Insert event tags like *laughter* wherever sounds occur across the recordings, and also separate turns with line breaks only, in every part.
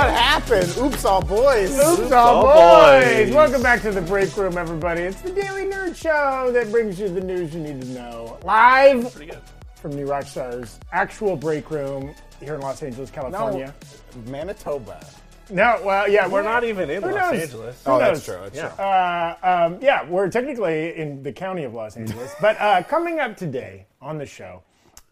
happened? Oops, all boys.
Oops, all
oh,
boys.
Welcome back to the break room, everybody. It's the Daily Nerd Show that brings you the news you need to know. Live
Pretty good.
from the Rockstar's actual break room here in Los Angeles, California.
Manitoba.
No, well, yeah,
We're not even in
Who
Los
knows?
Angeles.
Who
Oh, that's
knows?
true. That's
Yeah.
true.
Uh, um, yeah, we're technically in the county of Los Angeles. but uh, coming up today on the show,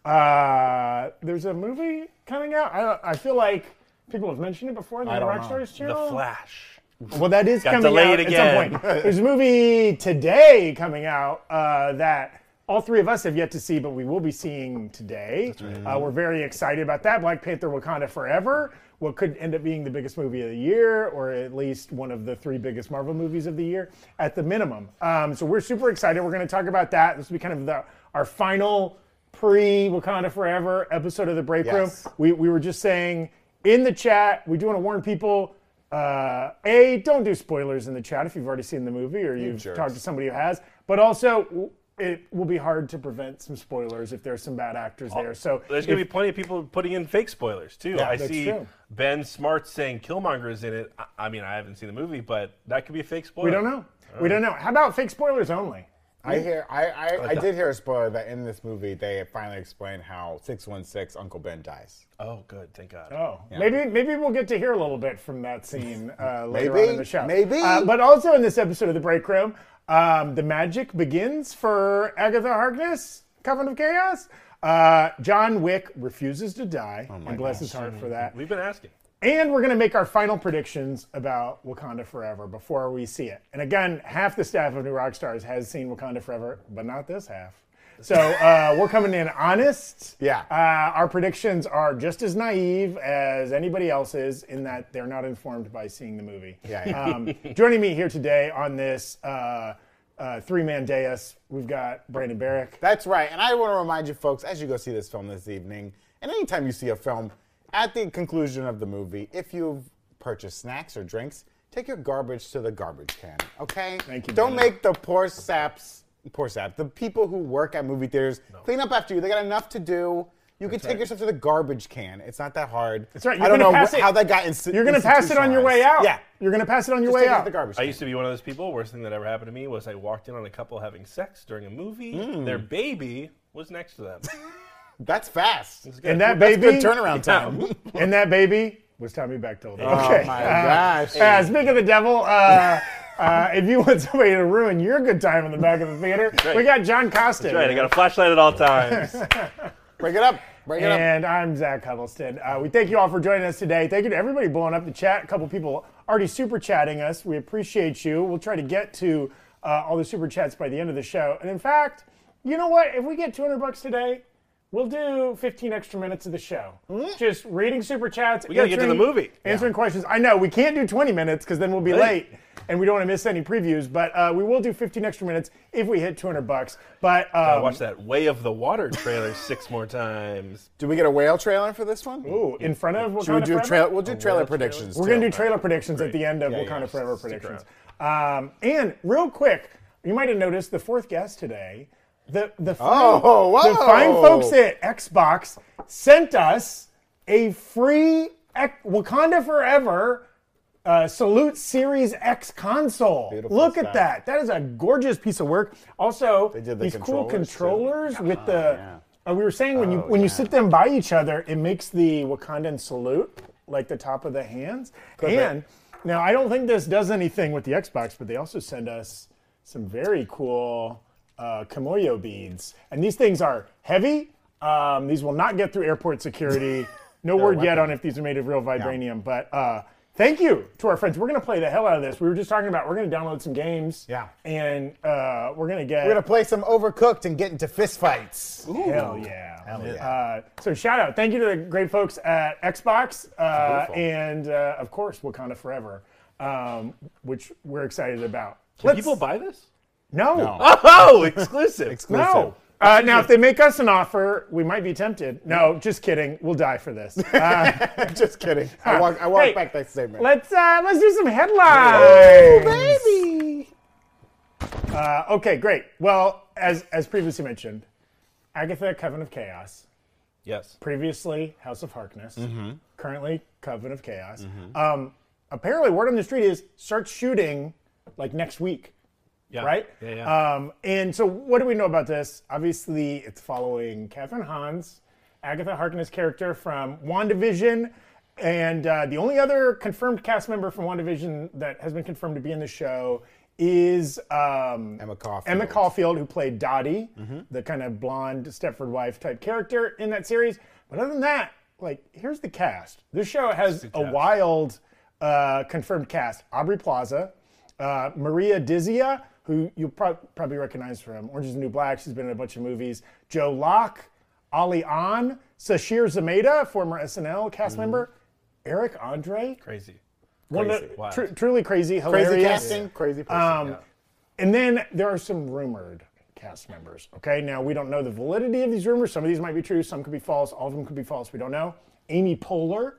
uh, there's a movie coming out. I, don't- I feel like people have mentioned it before on the
Uh,
I don't know.
Rockstars
The
channel.
Flash.
Well, that is
Got
coming
delayed
out at
again.
some
*laughs*
point. There's a movie today coming out uh, that all three of us have yet to see, but we will be seeing today. Uh, we're very excited about that. Black Panther: Wakanda Forever. What could end up being the biggest movie of the year, or at least one of the three biggest Marvel movies of the year, at the minimum. Um, so we're super excited. We're going to talk about that. This will be kind of the, our final pre Wakanda Forever episode of the break
Yes.
room. We, we were just saying in the chat, we do want to warn people uh, A, don't do spoilers in the chat if you've already seen the movie or you've
jerks.
talked to somebody who has. But also, w- it will be hard to prevent some spoilers if there's some bad actors there. So
Oh, There's
if-
going to be plenty of people putting in fake spoilers too. I
that's
see
true.
Ben Smart saying Killmonger is in it. I, I mean, I haven't seen the movie, but that could be Uh. a fake spoiler.
we don't know. We don't know. How about fake spoilers only?
I hear. I, I, I did hear a spoiler that in this movie they finally explain how 616 Uncle Ben dies.
Oh, good. Thank God.
Oh, maybe maybe we'll get to hear a little bit from that scene uh, later on in
Maybe,
the show.
maybe.
Uh, but also in this episode of the Break Room, um, the magic begins for Agatha Harkness, Covenant of Chaos. Uh, John Wick refuses to die,
Oh
and bless his heart for that.
We've been asking.
And we're going to make our final predictions about Wakanda Forever before we see it. And again, half the staff of New Rock Stars has seen Wakanda Forever, but not this half. So uh, we're coming in honest.
Yeah.
Uh, our predictions are just as naive as anybody else's in that they're not informed by seeing the movie.
Yeah, yeah.
Um, joining me here today on this uh, uh, three man dais, we've got Brandon Barrick.
That's right. And I want to remind you folks as you go see this film this evening, and anytime you see a film, at the conclusion of the movie, if you've purchased snacks or drinks, take your garbage to the garbage can, okay?
Thank you,
Don't
Brandon.
make the poor saps, poor sap, the people who work at movie theaters clean up after you. They got enough to do. You can take yourself to the garbage can. It's not that hard.
That's right. You're
I don't
gonna
know
pass
wh-
it-
how that got insti-
You're going to pass it on your way out.
institutionalized. Yeah.
You're going to pass it on your
Just
way
take it
out.
to the garbage
I
can.
used to be one of those people. Worst thing that ever happened to me was I walked in on a couple having sex during a movie. Their baby was next to them.
That's fast.
And that
That's
baby.
good
*laughs*
turnaround time. *laughs*
And that baby was Tommy Bechtold.
Oh
*laughs*
my gosh.
Uh, speaking of the devil, uh, uh, if you want somebody to ruin your good time in the back of the theater, we got John Costin.
*laughs* Right, *laughs* I got a flashlight at all times.
Break it up. Break it up.
And I'm Zach Huddleston. Uh, we thank you all for joining us today. Thank you to everybody blowing up the chat. A couple people already super chatting us. We appreciate you. We'll try to get to uh, all the super chats by the end of the show. And in fact, you know what? If we get 200 bucks today, we'll do 15 extra minutes of the show. Just reading super chats. We
gotta get to the movie.
Answering questions. I know we can't do 20 minutes because then we'll be late.
Right.
And we don't want to miss any previews, but uh, we will do 15 extra minutes if we hit 200 bucks. But
I
um,
watched that Way of the Water trailer six more times.
Do we get a whale trailer for this one?
ooh, in front of what
Should we do trail? We'll do trailer predictions.
We're
too.
gonna do trailer predictions at the end of
Yeah,
Wakanda
yeah.
Forever predictions. Um, and real quick, you might have noticed the fourth guest today, the the fine,
Oh,
the fine
whoa.
folks at Xbox sent us a free X- Wakanda Forever. Uh, Salute Series X console.
Beautiful
Look at
stuff.
that. That is a gorgeous piece of work. Also,
did the
these cool
controllers,
controllers
too. Oh,
with the.
yeah.
Uh, we were saying when you
Oh,
when you
yeah.
sit them by each other, it makes the Wakandan salute like the top of the hands.
be.
and now I don't think this does anything with the Xbox, but they also send us some very cool uh, Kamoyo beads, and these things are heavy. Um, these will not get through
*laughs*
airport security. No word yet on if these are made of real vibranium, but. Uh, Thank you to our friends. We're going to play the hell out of this. We were just talking about we're going to download some games.
Yeah.
And uh, we're going to get.
We're gonna play some Overcooked and get into fistfights. *laughs*
Hell yeah.
Hell yeah.
Uh, so shout out. Thank you to the great folks at Xbox uh,
Beautiful.
and, uh, of course, Wakanda Forever, um, which we're excited about.
Did people buy this?
No.
No.
*laughs* Oh, exclusive.
Exclusive.
No. Uh, now, if they make us an offer, we might be tempted. No, just kidding. We'll die
*laughs*
for this. Uh,
Just kidding. I walk. I walk
Hey,
back that statement.
let's uh, let's do some headlines.
baby.
Uh, okay, great. Well, as as previously mentioned, Agatha, Coven of Chaos,
Yes.
previously House of Harkness, currently Coven of Chaos. Um, apparently word on the street is start shooting like next week,
Yeah.
right?
Yeah, yeah.
Um, and so what do we know about this? Obviously, it's following Catherine Hans, Agatha Harkness character from WandaVision. And uh, the only other confirmed cast member from WandaVision that has been confirmed to be in the show is um,
Emma Caulfield.
Emma Caulfield, who played Dottie, the kind of blonde Stepford wife type character in that series. But other than that, like, here's the cast. This show has a wild uh, confirmed cast Aubrey Plaza, uh, Maria Dizia, who you pro- probably recognize from Orange is the New Black. She's been in a bunch of movies. Joe Locke, Ali An, Sashir Zameda, former SNL cast member, Eric Andre.
Crazy.
One of the-
Crazy.
Wild.
tru- truly crazy, hilarious.
Crazy casting, crazy person.
Um, And then there are some rumored cast members. Okay, now we don't know the validity of these rumors. Some of these might be true, some could be false, all of them could be false. We don't know. Amy Poehler,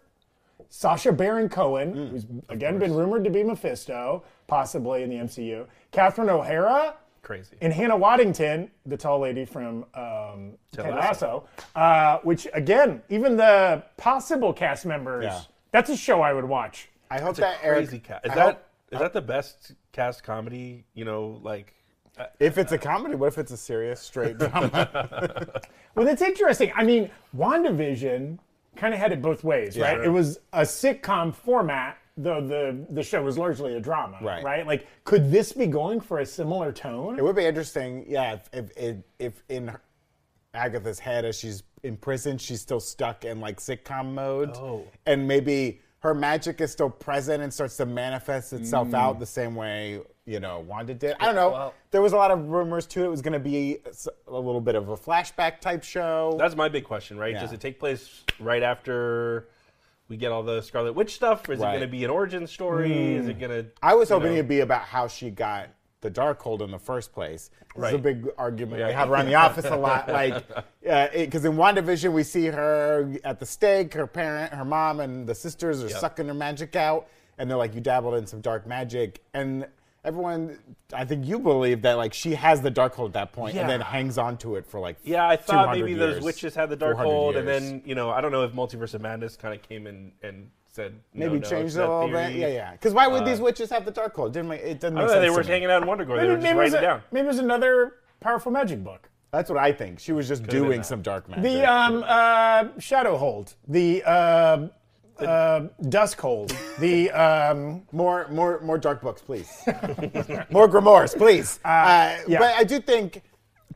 Sasha Baron Cohen, who's again been rumored to be Mephisto, possibly in the MCU, Catherine O'Hara,
Crazy.
and Hannah Waddington, the tall lady from um, Ted
Lasso.
Lasso, uh, which again, even the possible cast members,
Yeah.
that's a show I would watch.
I hope
It's a
that Eric.
crazy cast. Is
I
that
hope-
is that the best cast comedy? You know, like
if it's a comedy, what if it's a serious *laughs* straight drama?
Well, that's interesting. I mean, WandaVision kind of had it both ways, right?
Sure.
It was a sitcom format, though the the show was largely a drama,
Right.
Like, could this be going for a similar tone?
it would be interesting, yeah. If if, if, if in her- Agatha's head, as she's in prison, she's still stuck in like sitcom mode,
Oh.
and maybe her magic is still present and starts to manifest itself out the same way you know Wanda did. I don't know.
Mm. Well-
there was a lot of rumors too. It was going to be a s- a little bit of a flashback type show.
that's my big question, right? Does
Yeah.
it take place right after we get all the Scarlet Witch stuff? Is it
Right. Mm.
going to be an origin story? Is it going to?
I was hoping
know.
it'd be about how she got the Darkhold in the first place. This is a
Right.
big argument we have
*laughs*
around the office a lot. Like, because in WandaVision, we see her at the stake, her parent, her mom, and the sisters are sucking her magic out. And they're like, you dabbled in some dark magic. And everyone, I think you believe that, like, she has the Darkhold at that point and then
Yeah.
hangs on to it for, like,
Yeah, I thought
200
maybe
years,
those witches had the
400
Darkhold, and
years.
then you know, I don't know if Multiverse of Madness kind of came in and said no,
Maybe
no,
changed
it's
it a
that
little bit.
theory. Uh,
Yeah, yeah. Because why would these witches have the Darkhold? Didn't make, it doesn't
I
make
don't
sense.
know, they
to
were
me.
hanging out in Wondergore.
maybe,
They were just
maybe it was
writing it
a-
down.
maybe it was another powerful magic book.
That's what I think. She was just
been
doing
that.
some dark magic.
The um, uh, Shadowhold, the uh, uh, Duskhold, the um,
more, more, more dark books, please. *laughs* more grimoires, please. Uh,
yeah.
But I do think,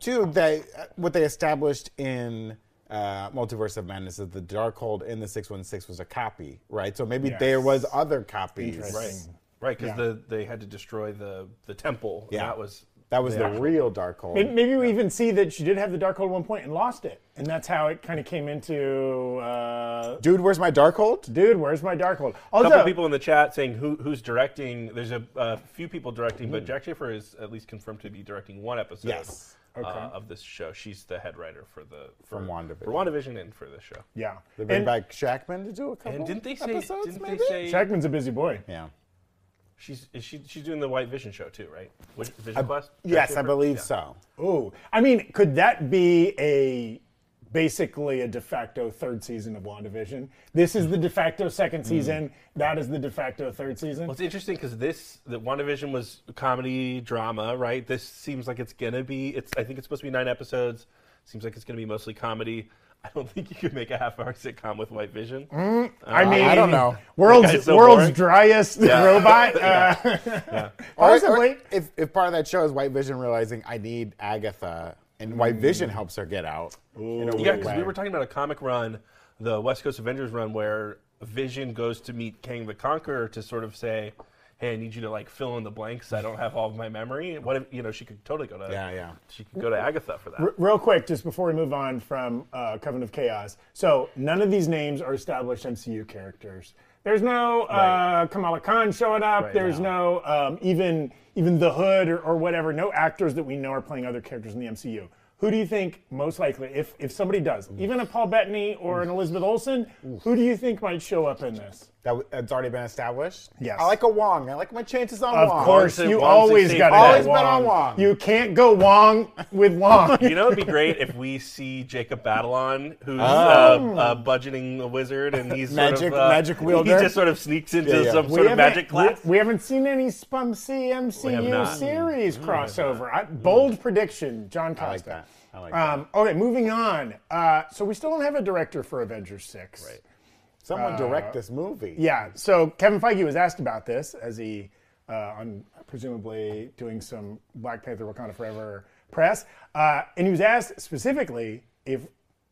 too, that uh, what they established in uh, Multiverse of Madness is the Darkhold in the 616 was a copy, right? So maybe there
Yes.
was other copies.
Interesting.
Right, because
Yeah.
the they had to destroy the the temple.
Yeah.
and that was
That was the
actual-
real Darkhold.
Maybe, maybe we even see that she did have the Darkhold at one point and lost it, and that's how it kind of came into. Uh,
Dude, where's my Darkhold?
Dude, where's my Darkhold?
A couple
Also,
people in the chat saying who who's directing. There's a, a few people directing, but Jack Schaefer is at least confirmed to be directing one episode.
Hmm. Yes.
uh, of this show, she's the head writer for the for,
From WandaVision.
for WandaVision and for this show.
yeah.
They bring
And
back Shackman to do a couple
And didn't they say?
episodes,
didn't
maybe?
they say?
Shackman's a busy boy.
yeah.
She's is she she's doing the White Vision show too, right? Which, Vision Quest.
Yes, I
Schaefer?
believe
Yeah.
so.
Ooh, I mean, could that be a basically a de facto third season of WandaVision? This is the de facto second season. That is the de facto third season.
Hmm. Well, it's interesting because this the WandaVision was comedy drama, right? This seems like it's gonna be. It's I think it's supposed to be nine episodes. Seems like it's gonna be mostly comedy. I don't *laughs* think you could make a half-hour sitcom with White Vision. Um,
I mean,
Mm, I don't know.
World's
guy's so
world's
boring.
driest robot.
*laughs*
Uh, *laughs*
Or- or
Possibly.
if, if part of that show is White Vision realizing I need Agatha, and
Mm.
White Vision helps her get out. in a
Yeah,
weird
because
way.
we were talking about a comic run, the West Coast Avengers run, where Vision goes to meet Kang the Conqueror to sort of say, "Hey, I need you to like fill in the blanks. I don't have all of my memory." What if you know? She could totally go to
Yeah, yeah.
She could go to Agatha for
*laughs*
that.
R- Real quick, just before we move on from uh, Coven of Chaos. So, none of these names are established MCU characters. There's no uh,
Right.
Kamala Khan showing up.
Right,
There's no, um, even even the Hood or, or whatever. No actors that we know are playing other characters in the MCU. Who do you think most likely, if if somebody does, even a Paul Bettany or an Elizabeth Olsen, who do you think might show up in this?
That w- that's already been established.
Yes.
I like a Wong. I like my chances on
Of
Wong.
course,
Wong's-
you
Wong's
always
exceeded
got it.
that.
Always bet on Wong.
You can't go Wong with Wong.
You know, it'd be great if we see Jacob Batalon, who's uh, uh, budgeting a wizard, and he's
Oh. Magic-
sort of, uh,
magic wielder.
He just sort of sneaks into
Yeah, yeah.
some
We
sort of
haven't-
magic class.
We, we haven't seen any Spum C
have
MCU
not.
series crossover. I, bold prediction, John Costa.
I like that. I like that.
Um, okay, moving on. Uh, so we still don't have a director for Avengers Six. Right.
Someone direct this movie.
Uh, Yeah. So Kevin Feige was asked about this as he, uh, on presumably doing some Black Panther Wakanda Forever press, uh, and he was asked specifically if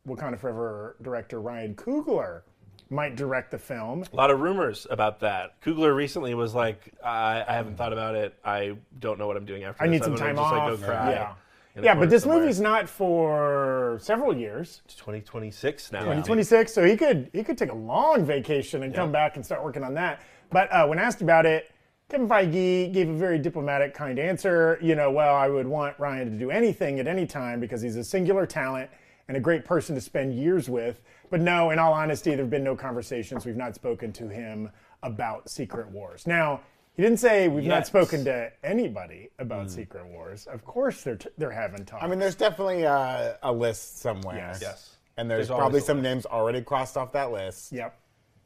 Wakanda Forever director Ryan Coogler might direct the film.
A lot of rumors about that. Kugler recently was like, I, I haven't thought about it. I don't know what I'm doing after
I
this.
need some
I'm gonna
time
just,
off.
Like, go cry
yeah.
in a
Yeah, but
corner
this
somewhere.
movie's not for several years.
2026 now.
He's 26, so he could he could take a long vacation and come back and start working on that. But uh, when asked about it, Kevin Feige gave a very diplomatic, kind answer. You know, well, I would want Ryan to do anything at any time because he's a singular talent and a great person to spend years with. But no, in all honesty, there have been no conversations. We've not spoken to him about Secret Wars. Now, he didn't say we've not
Yet.
spoken to anybody about Secret Wars. Of course, they're t- they're having talks.
Mm. I mean, there's definitely a, a list somewhere.
Yes.
Yes.
And there's,
There's always
probably
a
some names already crossed off that list.
Yep.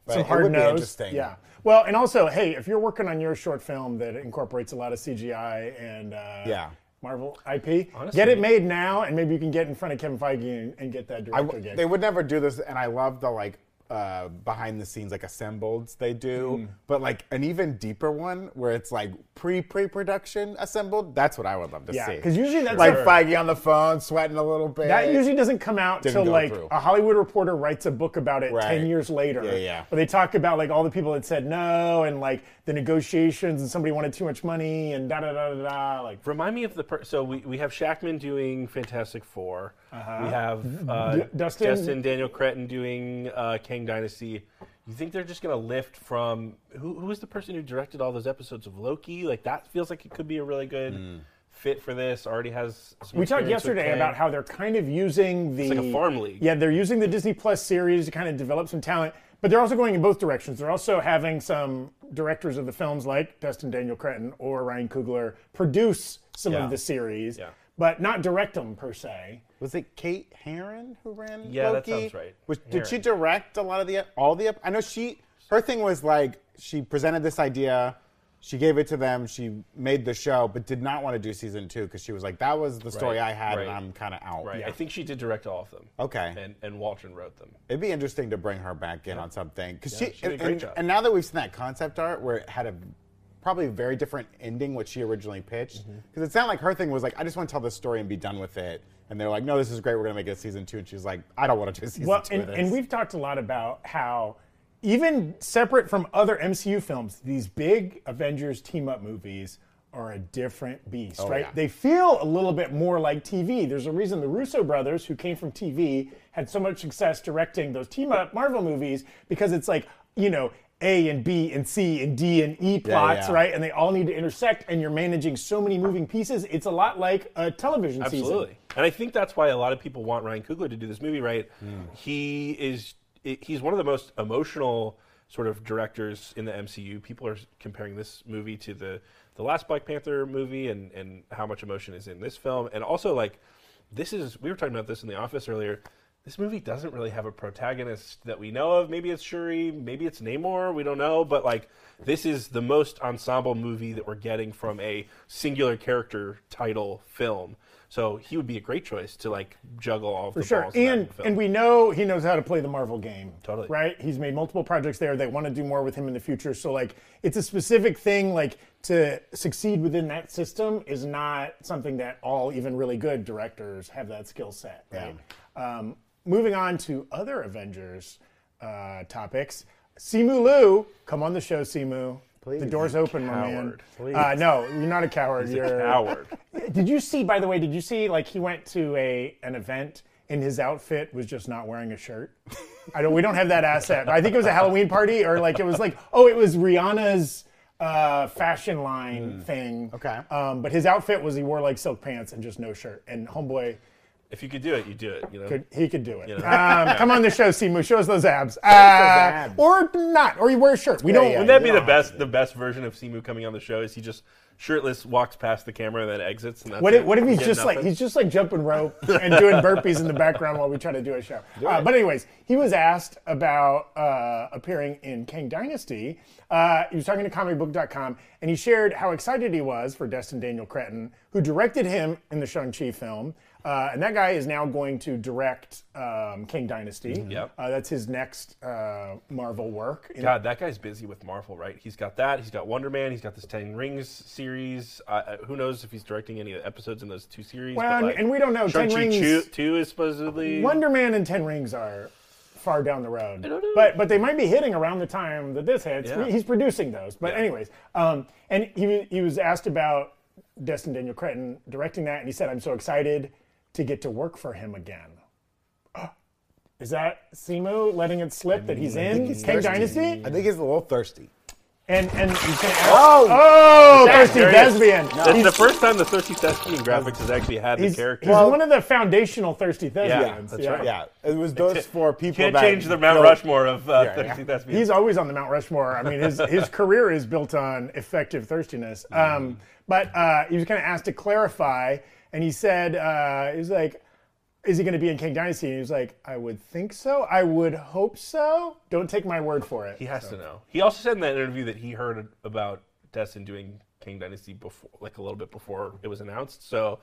But
Some
it
hard
would be
nosed.
interesting.
Yeah. Well, and also, hey, if you're working on your short film that incorporates a lot of CGI and uh,
Yeah.
Marvel IP, get
Honestly.
it made now, and maybe you can get in front of Kevin Feige and, and get that
I
director
w-
gig.
they would never do this, and I love the like uh, behind the scenes like assembleds they do,
Mm.
but like an even deeper one where it's like pre pre production assembled. That's what I would love to
Yeah,
see.
'cause usually that's
like
a-
Feige on the phone sweating a little bit.
that usually doesn't come out
Didn't
till
go
like
through.
a Hollywood reporter writes a book about it
Right.
ten years later.
Yeah, yeah.
Where they talk about like all the people that said no and like the negotiations and somebody wanted too much money and da da da da da. Like
Remind me of the per- so we, we have Shackman doing Fantastic 4 We have uh,
Uh-huh. D- Dustin-
Dustin Daniel Cretton doing uh, Kang Dynasty. You think they're just going to lift from who? Who is the person who directed all those episodes of Loki? Like that feels like it could be a really good fit for this. Already has. Some
Mm. We talked
experience with
yesterday
Kang.
about how they're kind of using the
like a farm league.
Yeah, they're using the Disney Plus series to kind of develop some talent, but they're also going in both directions. They're also having some directors of the films like Dustin Daniel Cretton or Ryan Coogler produce some
Yeah.
of the series,
Yeah.
but not direct them per se.
was it Kate Heron who ran
Yeah, that
Loki?
sounds right.
Was, did she
Herron.
direct a lot of the all the? ep- I know she her thing was like she presented this idea. She gave it to them. She made the show, but did not want to do season two because she was like, "That was the story
Right,
I had, and
right.
I'm kind of out."
Right. I think she did direct all of them.
Okay.
And and Waltron wrote them.
It'd be interesting to bring her back in on something because she,
she did a
and,
great
and-
job.
and now that we've seen that concept art where it had a probably a very different ending what she originally pitched
Mm-hmm.
because it sounded like her thing was like I just want to tell this story and be done with it and they're like no this is great we're gonna make it season two and she's like I don't want to do season
Well,
two
and,
of this.
and we've talked a lot about how, even separate from other MCU films, these big Avengers team up movies are a different beast, right?
Oh, yeah.
They feel a little bit more like TV. There's a reason the Russo brothers, who came from TV, had so much success directing those team up Marvel movies because it's like, you know, A and B and C and D and E plots,
yeah.
right? And they all need to intersect, and you're managing so many moving pieces. It's a lot like a television season.
Absolutely. And I think that's why a lot of people want Ryan Coogler to do this movie, right? He is i- he's one of the most emotional sort of directors in the MCU. People are s- comparing this movie to the the last Black Panther movie and and how much emotion is in this film and also like this is we were talking about this in the office earlier. This movie doesn't really have a protagonist that we know of. Maybe it's Shuri, maybe it's Namor, we don't know, but like this is the most ensemble movie that we're getting from a singular character title film. So he would be a great choice to like juggle all of the
For sure.
balls. in that
And
film.
and we know he knows how to play the Marvel game.
Totally.
Right? He's made multiple projects there that want to do more with him in the future. So like it's a specific thing like to succeed within that system is not something that all even really good directors have that skill set, right? Um, moving on to other Avengers uh, topics. Simu Liu, come on the show, Simu. The
Please.
door's open, my man.
Coward. Please.
Uh, no, you're not a coward.
He's
you're
a coward.
did you see, by the way, did you see like he went to a an event and his outfit was just not wearing a shirt? I don't we don't have that asset. But I think it was a Halloween party or like it was like oh it was Rihanna's uh, fashion line thing.
Hmm. Okay.
Um, but his outfit was he wore like silk pants and just no shirt. And homeboy
If you could do it, you do it. You know.
Could, he could do it.
know.
Um, come on the show, Simu. Show us those abs. Uh,
abs.
or not. Or you wear a shirt. We don't.
yeah.
Wouldn't that be
you
the
don't
best? The best version of Simu coming on the show is he just shirtless walks past the camera and then exits. And that's
What if,
it.
what if he's
Yeah,
just like
nothing.
he's just like jumping rope and
*laughs*
doing burpees in the background while we try to do a show? Uh, but anyways, he was asked about uh, appearing in Kang Dynasty. Uh, he was talking to comicbook.com and he shared how excited he was for Destin Daniel Cretton, who directed him in the Shang Chi film. Uh, and that guy is now going to direct um, King Dynasty.
Mm-hmm. Yep.
Uh, that's his next uh, Marvel work. You know,
God, that guy's busy with Marvel, right? He's got that. He's got Wonder Man. He's got this Ten Rings series. Uh, Uh, who knows if he's directing any of the episodes in those two series?
Well, and- and we don't know. Ten
Shang-Chi
Rings-
Chu- two is supposedly.
Wonder Man and Ten Rings are far down the road.
don't know.
But but they might be hitting around the time that this hits.
Yeah.
He's producing those. But
Yeah.
anyways, um, and he wa- he was asked about Destin Daniel Cretton directing that, and he said, "I'm so excited to get to work for him again." *gasps* Is that Simu letting it slip that he's in King Dynasty?
I think he's a little thirsty.
And and he's gonna ask,
Oh!
oh, thirsty
There it is.
thespian.
That's
He's-
the first time the Thirsty Thespian graphics has actually had the
He's,
character.
he's one of the foundational thirsty thespians.
that's right.
Yeah, it was those four people.
Can't
that,
change the Mount
you know,
Rushmore of uh,
Yeah, yeah.
Thirsty Thespian.
He's always on the Mount Rushmore. I mean, his, his career is built on effective thirstiness.
Mm-hmm.
Um, but uh, he was kind of asked to clarify, and he said, uh, he was like, is he going to be in King Dynasty? And he was like, I would think so. I would hope so. Don't take my word for it.
He has to know. He also said in that interview that he heard about Destin doing King Dynasty before, like a little bit before it was announced. So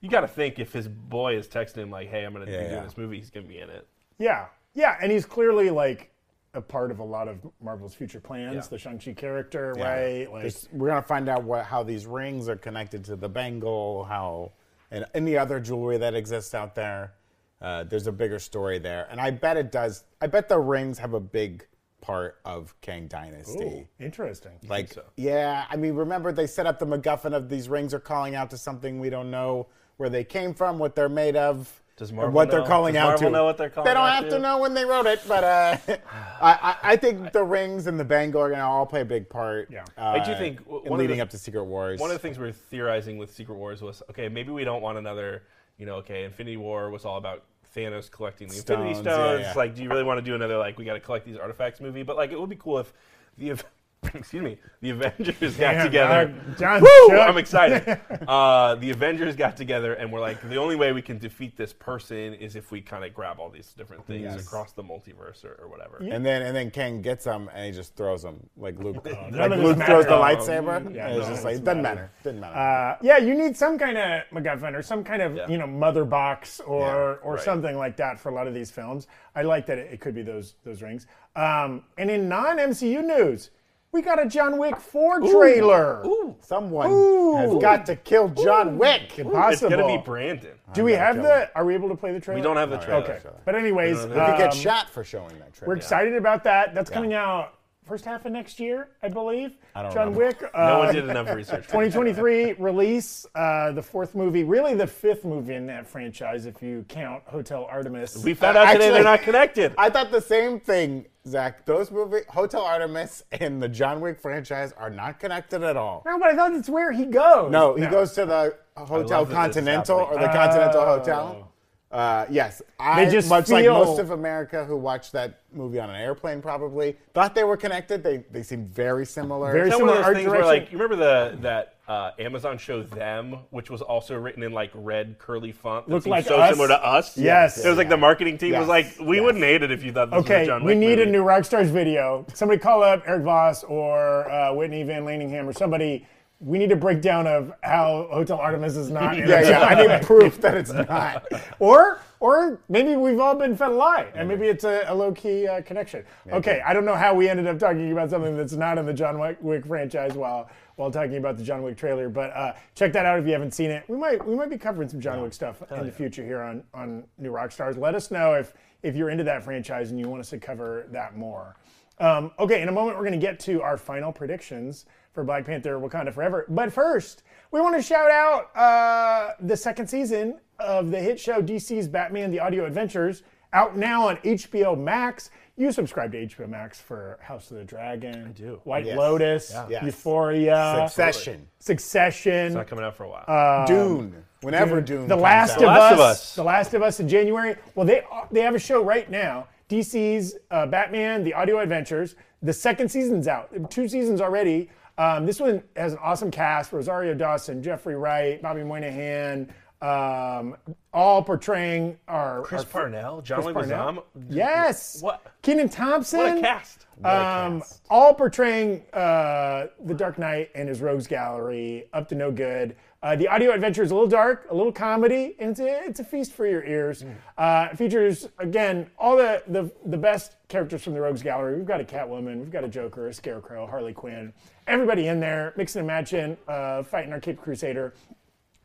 you got to think if his boy is texting him like, "Hey, I'm going to
Yeah,
be
yeah.
doing this movie. He's going to be in it."
Yeah, yeah, and he's clearly like a part of a lot of Marvel's future plans.
Yeah.
The Shang Chi character,
yeah.
right? Like,
There's- we're gonna find out what how these rings are connected to the bangle, how and any other jewelry that exists out there. Uh, there's a bigger story there, and I bet it does. I bet the rings have a big part of Kang Dynasty.
ooh, interesting.
Like,
so?
yeah, I mean, remember they set up the MacGuffin of these rings are calling out to something we don't know where they came from, what they're made of,
Does
and
Marvel
what they're
know?
calling
Does
out
Marvel
to.
know what they're calling
They don't
out
have to?
to?
know when they wrote it, but uh, *laughs* I, I, I
*sighs*
think the rings and the bangle are going to all play a big part.
Yeah.
uh,
I do think w-
in
one of
leading
the-
up to Secret Wars.
One of the things we were theorizing with Secret Wars was, okay, maybe we don't want another. You know, okay, Infinity War was all about Thanos collecting the Infinity
Stones, yeah,
Stones.
yeah.
Like, do you really want to do another like we got to collect these artifacts movie? But like, it would be cool if the Av- *laughs* excuse me, the Avengers got
Damn,
together.
dog. John
Woo!
Chuck.
I'm excited.
*laughs*
uh, the Avengers got together and we're like, the only way we can defeat this person is if we kind of grab all these different things
Yes.
across the multiverse or, or whatever.
and then and then Kang gets them and he just throws them like
*laughs*
Luke.
none
like
of this
Luke throws the
matters.
lightsaber.
Yeah,
and it's
no,
just
it
like doesn't matter. Doesn't matter.
Uh, yeah, you need some kind of MacGuffin or some kind of
Yeah.
you know mother box or
Yeah,
or
right.
something like that for a lot of these films. I like that it, it could be those those rings. Um, and in non MCU news, we got a John Wick four trailer.
Someone
Ooh.
has got to kill John Wick.
It's
Impossible.
gonna be Brandon.
Do we
I'm gonna
have
kill
the? Are we able to play the trailer?
We don't have the
All right.
Okay,
trailer.
Sure.
but anyways,
We
You could get
um,
shot for showing that trick.
We're excited about that. That's coming out first half of next year, I believe.
I don't
John
remember.
Wick.
No
uh,
one did enough research. for this.
2023 release, uh, the fourth movie, really the fifth movie in that franchise, if you count Hotel Artemis.
We found out today
Actually-
they're not connected. *laughs*
I thought the same thing, Zach. Those movie Hotel Artemis and the John Wick franchise are not connected at all.
no, but I thought that's where he goes.
No, he goes to the Hotel
love that this is
Continental or
happening.
the Continental Hotel. Uh, yes, I
They just
much like
feel-
most of America who watched that movie on an airplane probably thought they were connected. They they seemed very similar.
Very
It's not one of
similar
those things
art
where, like,
direction.
you remember the that uh, Amazon show Them, which was also written in like red curly font. that
Looked
seemed
like
so
us.
similar to us.
Yes.
it was like the marketing team
Yes.
was like, we
Yes.
wouldn't hate it if you thought this was
Okay,
a John
we
Wick
need
movie.
a new Rockstars video. Somebody call up Eric Voss or uh, Whitney Van Leaningham or somebody. We need a breakdown of how Hotel Artemis is
*laughs*
not. in
yeah,
it.
yeah. I need proof *laughs* that it's
*laughs*
not.
Or, or maybe we've all been fed a lie, and maybe it's a, a low key uh, connection. Okay, I don't know how we ended up talking about something that's not in the John Wick, Wick franchise while while talking about the John Wick trailer. But uh, check that out if you haven't seen it. We might we might be covering some John Wick stuff in the future here on on New Rock Stars. Let us know if if you're into that franchise and you want us to cover that more. Um, okay, in a moment we're going to get to our final predictions for Black Panther: Wakanda Forever. But first, we want to shout out uh, the second season of the hit show DC's Batman: The Audio Adventures Out now on HBO Max. You subscribe to HBO Max for House of the Dragon. I
do.
White
Yes.
Lotus,
Yes.
Euphoria,
Succession,
Succession.
Not coming out for a while.
Uh,
Dune, whenever Dune,
The
comes
Last
out.
of,
Last
Us,
of Us.
The Last of Us in January. Well, they uh, they have a show right now. DC's uh, Batman: The Audio Adventures. The second season's out. Two seasons already. Um, this one has an awesome cast: Rosario Dawson, Jeffrey Wright, Bobby Moynihan, um, all portraying our
Chris
our-
Parnell, John
Chris Parnell.
Leguizamo.
Yes.
What?
Kenan Thompson.
What a cast.
Um, all portraying uh, the Dark Knight and his rogues gallery up to no good. Uh, the audio adventure is a little dark, a little comedy, and it's a, it's a feast for your ears. Uh, it features again all the, the the best characters from the rogues gallery. We've got a Catwoman, we've got a Joker, a Scarecrow, Harley Quinn, everybody in there mixing and matching, uh, fighting our Cape Crusader.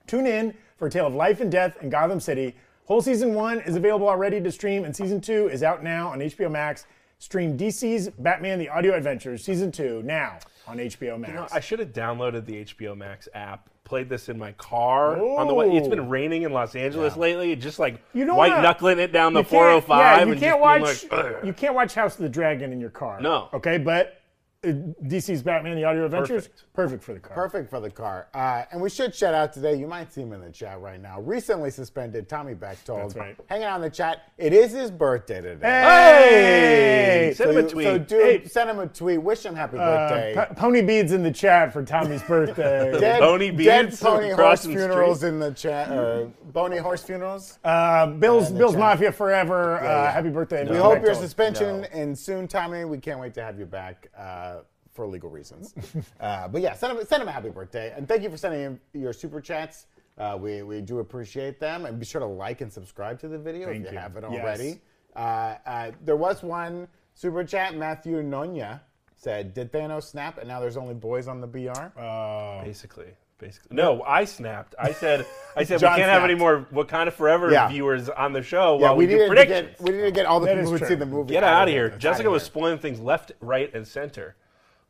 Tune in for a tale of life and death in Gotham City. Whole season one is available already to stream, and season two is out now on HBO Max. Stream DC's Batman: The Audio Adventures season two now on HBO Max.
No, I should have downloaded the HBO Max app. Played this in my car on the way. It's been raining in Los Angeles lately. Just like
You don't
white
wanna-
knuckling it down the
You can't-
405.
Yeah, you
and
can't
just
watch.
being like, "Ugh."
you can't watch House of the Dragon in your car.
No.
Okay, but uh, DC's Batman: The Audio Adventures
Perfect.
perfect, for the car.
Perfect for the car. Uh, and we should shout out today. You might see him in the chat right now. Recently suspended Tommy Bechtold.
That's right.
Hanging out in the chat. It is his birthday today.
Hey,
Send him a
you-
tweet.
So, dude,
Hey.
send him a tweet. Wish him happy
Uh,
birthday.
P- Pony beads in the chat for Tommy's
*laughs*
birthday.
dead,
Boney
dead
Beads
pony horse
crossing the street.
funerals in the chat. Or bony horse funerals.
Uh, Bill's
in the
Bill's
chat.
Mafia forever. Uh, happy birthday!
we hope your
Bechtold.
suspension and soon, Tommy. We can't wait to have you back uh, for legal reasons. *laughs* uh, but yeah, send him, send him a happy birthday, and thank you for sending in your super chats. Uh, we we do appreciate them, and be sure to like and subscribe to the video
Thank
if you,
you.
haven't
Yes.
already. Uh, uh, there was one super chat. Matthew Nonya said, "Did Thanos snap? And now there's only boys on the BR."
Basically, basically. Oh. No, I snapped. I said, I said we
John
can't have any
snapped.
more Wakanda Forever
Yeah.
viewers on the show
yeah,
while
we,
we, do
needed to
predictions.
get we needed to get all the
That
people
is
who'd
true.
seen the movie.
Get out of here.
Outta
Jessica was
here.
spoiling things left, right, and center.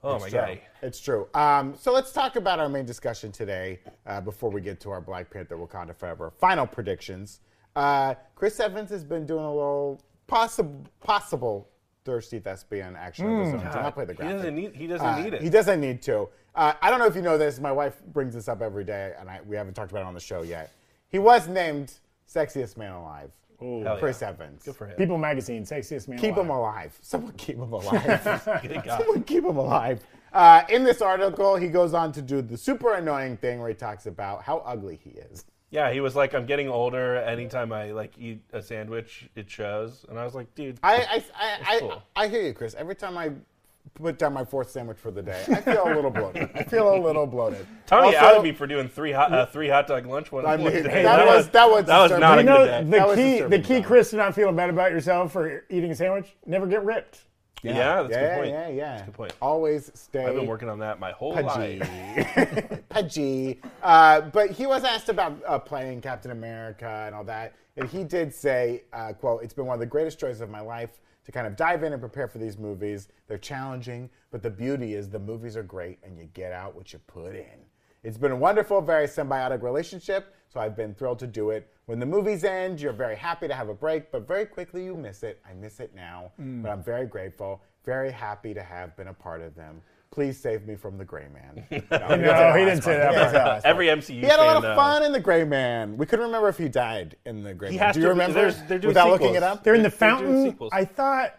Oh my god.
It's true. Um, so let's talk about our main discussion today uh, before we get to our Black Panther Wakanda Forever final predictions. Uh, Chris Evans has been doing a little possible possible thirsty thespian action of his own. So I'll play the
Hmm. He
graphic.
doesn't need. He doesn't
Uh,
need it.
He doesn't need to. Uh, I don't know if you know this. My wife brings this up every day, and I, we haven't talked about it on the show yet. He was named sexiest man alive.
Hell
Chris Evans. *laughs*
for him.
People Magazine, sexiest man.
Keep
alive.
him alive. Someone keep him alive.
Good God.
Someone keep him alive. Uh, in this article, he goes on to do the super annoying thing where he talks about how ugly he is.
Yeah, he was like, "I'm getting older. Anytime I like eat a sandwich, it shows." And I was like, "Dude,
I I, I, I,
cool.
I hear you, Chris. Every time I put down my fourth sandwich for the day, I feel a little bloated. I feel a little bloated.
Tommy
Also,
outed me for doing three hot uh, three hot dog lunch one."
I
*laughs* one
mean,
day.
that was- that was
that was
disturbing.
not a
You
You
good
know
day.
That
the
was
key, the
disturbing,
key,
though.
Chris, to not feeling bad about yourself for eating a sandwich. Never get ripped.
yeah, that's a
yeah,
good point.
yeah, yeah.
That's a good point.
Always stay.
I've been working on that my whole
pudgy. *laughs*
life.
pudgy. Uh, but he was asked about uh, playing Captain America and all that, and he did say, uh, "quote It's been one of the greatest joys of my life to kind of dive in and prepare for these movies. They're challenging, but the beauty is the movies are great, and you get out what you put in. It's been a wonderful, very symbiotic relationship. So I've been thrilled to do it. When the movies end, you're very happy to have a break, but very quickly you miss it. I miss it now,
Mm.
but I'm very grateful, very happy to have been a part of them." Please save me from the gray
*laughs*
man. No, he
No,
that
he
last part.
didn't say that
He didn't
part.
say that last part.
Every MCU
He had a lot
fan,
of
though.
fun in the Gray Man. We couldn't remember if he died in the Gray Man.
has
Do you
to-
remember?
there's- they're doing
Without looking
sequels.
it up.
They're in the
They're- they're doing
fountain.
sequels.
I thought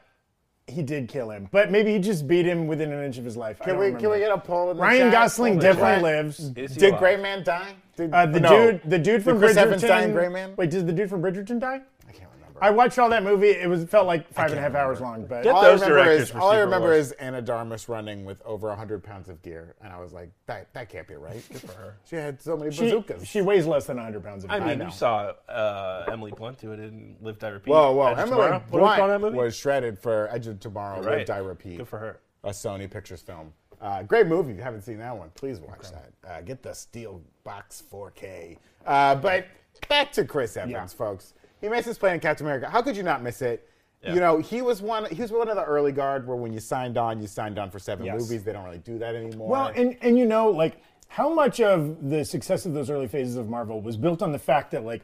he did kill him, but maybe he just beat him within an inch of his life. I
Can
don't
we
remember.
can we get a poll? In the
Ryan
chat? Poll
Gosling
in the
definitely
chat.
lives.
Is he
Did
alive?
Gray Man die? Did,
Uh, the
no.
dude, the dude from
Did Chris
Bridgerton.
Evans die in Gray Man?
Wait, did the dude from Bridgerton die?
I can't remember.
I watched all that movie. It was felt like five and a half hours long, but
Get
all
the- Those
I remember
directors
is
were
all I
super
remember
lost.
is Anna Darmus running with over 100 pounds of gear, and I was like, that that can't be right. Good for her. She had so many
she,
bazookas.
she weighs less than 100 pounds. Of
I mean,
know.
you saw uh, Emily Blunt do it in Live Die Repeat.
whoa, whoa!
Edge of
Emily
Tomorrow. What do we call that
Blunt
movie?
was shredded for Edge of Tomorrow.
Right.
Live, Die, Repeat.
Good for her.
a Sony Pictures film. Uh, great movie. If you haven't seen that one, please watch that. Uh, get the Steel Box 4K. Uh, but back to Chris Evans, folks. He misses playing Captain America. How could you not miss it? You know, he was one. He was one of the early guard where when you signed on, you signed on for seven
Yes.
movies. They don't really do that anymore.
Well, and and you know, like how much of the success of those early phases of Marvel was built on the fact that like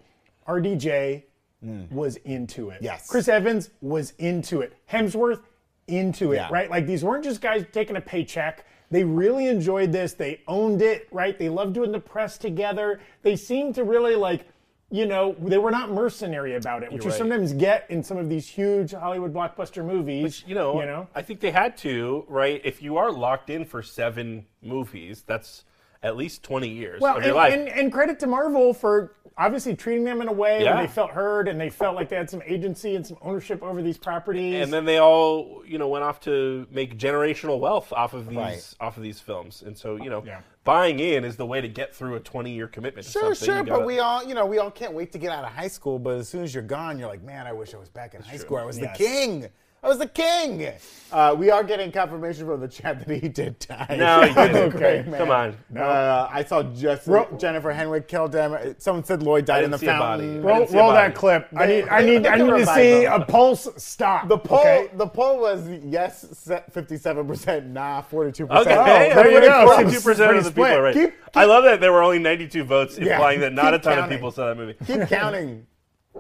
RDJ
Hmm.
was into it.
Yes.
Chris Evans was into it. Hemsworth into it,
Yeah.
right? Like these weren't just guys taking a paycheck. They really enjoyed this. They owned it, right? They loved doing the press together. They seemed to really like, you know, they were not mercenary about it, which you
You're right.
sometimes get in some of these huge Hollywood blockbuster movies.
Which, you know,
you know,
I think they had to, right? If you are locked in for seven movies, that's at least 20 years
Well,
of
and,
your life.
and, and credit to Marvel for obviously treating them in a way
Yeah.
where they felt heard and they felt like they had some agency and some ownership over these properties.
and then they all you know went off to make generational wealth off of these
Right.
off of these films and so you know
Yeah.
buying in is the way to get through a 20 year commitment to
Sure,
something.
sure,
You
but
gotta-
we all, you know, we all can't wait to get out of high school. But as soon as you're gone, you're like, man, I wish I was back in high school. I was
Yes.
the king. I was the king. Uh, we are getting confirmation from the chat that he did die.
*laughs* No,
*laughs*
he didn't.
Okay,
man.
come on.
Uh, I saw just
Ro-
Jennifer Henwick killed him. Someone said Lloyd died in the
didn't see a body.
fountain.
I
roll,
didn't see a
roll
body.
that clip. I
They-
need I
they-
need I
they
need to
revive
see
them.
a pulse stop.
The poll,
okay?
the poll was yes, fifty-seven percent, nah, forty-two percent. Oh,
Okay,
there you go.
Two percent of the people are right.
Keep,
I love that there were only 92 votes,
Yeah,
implying that not a
keep
ton
counting.
of people saw that movie.
keep counting.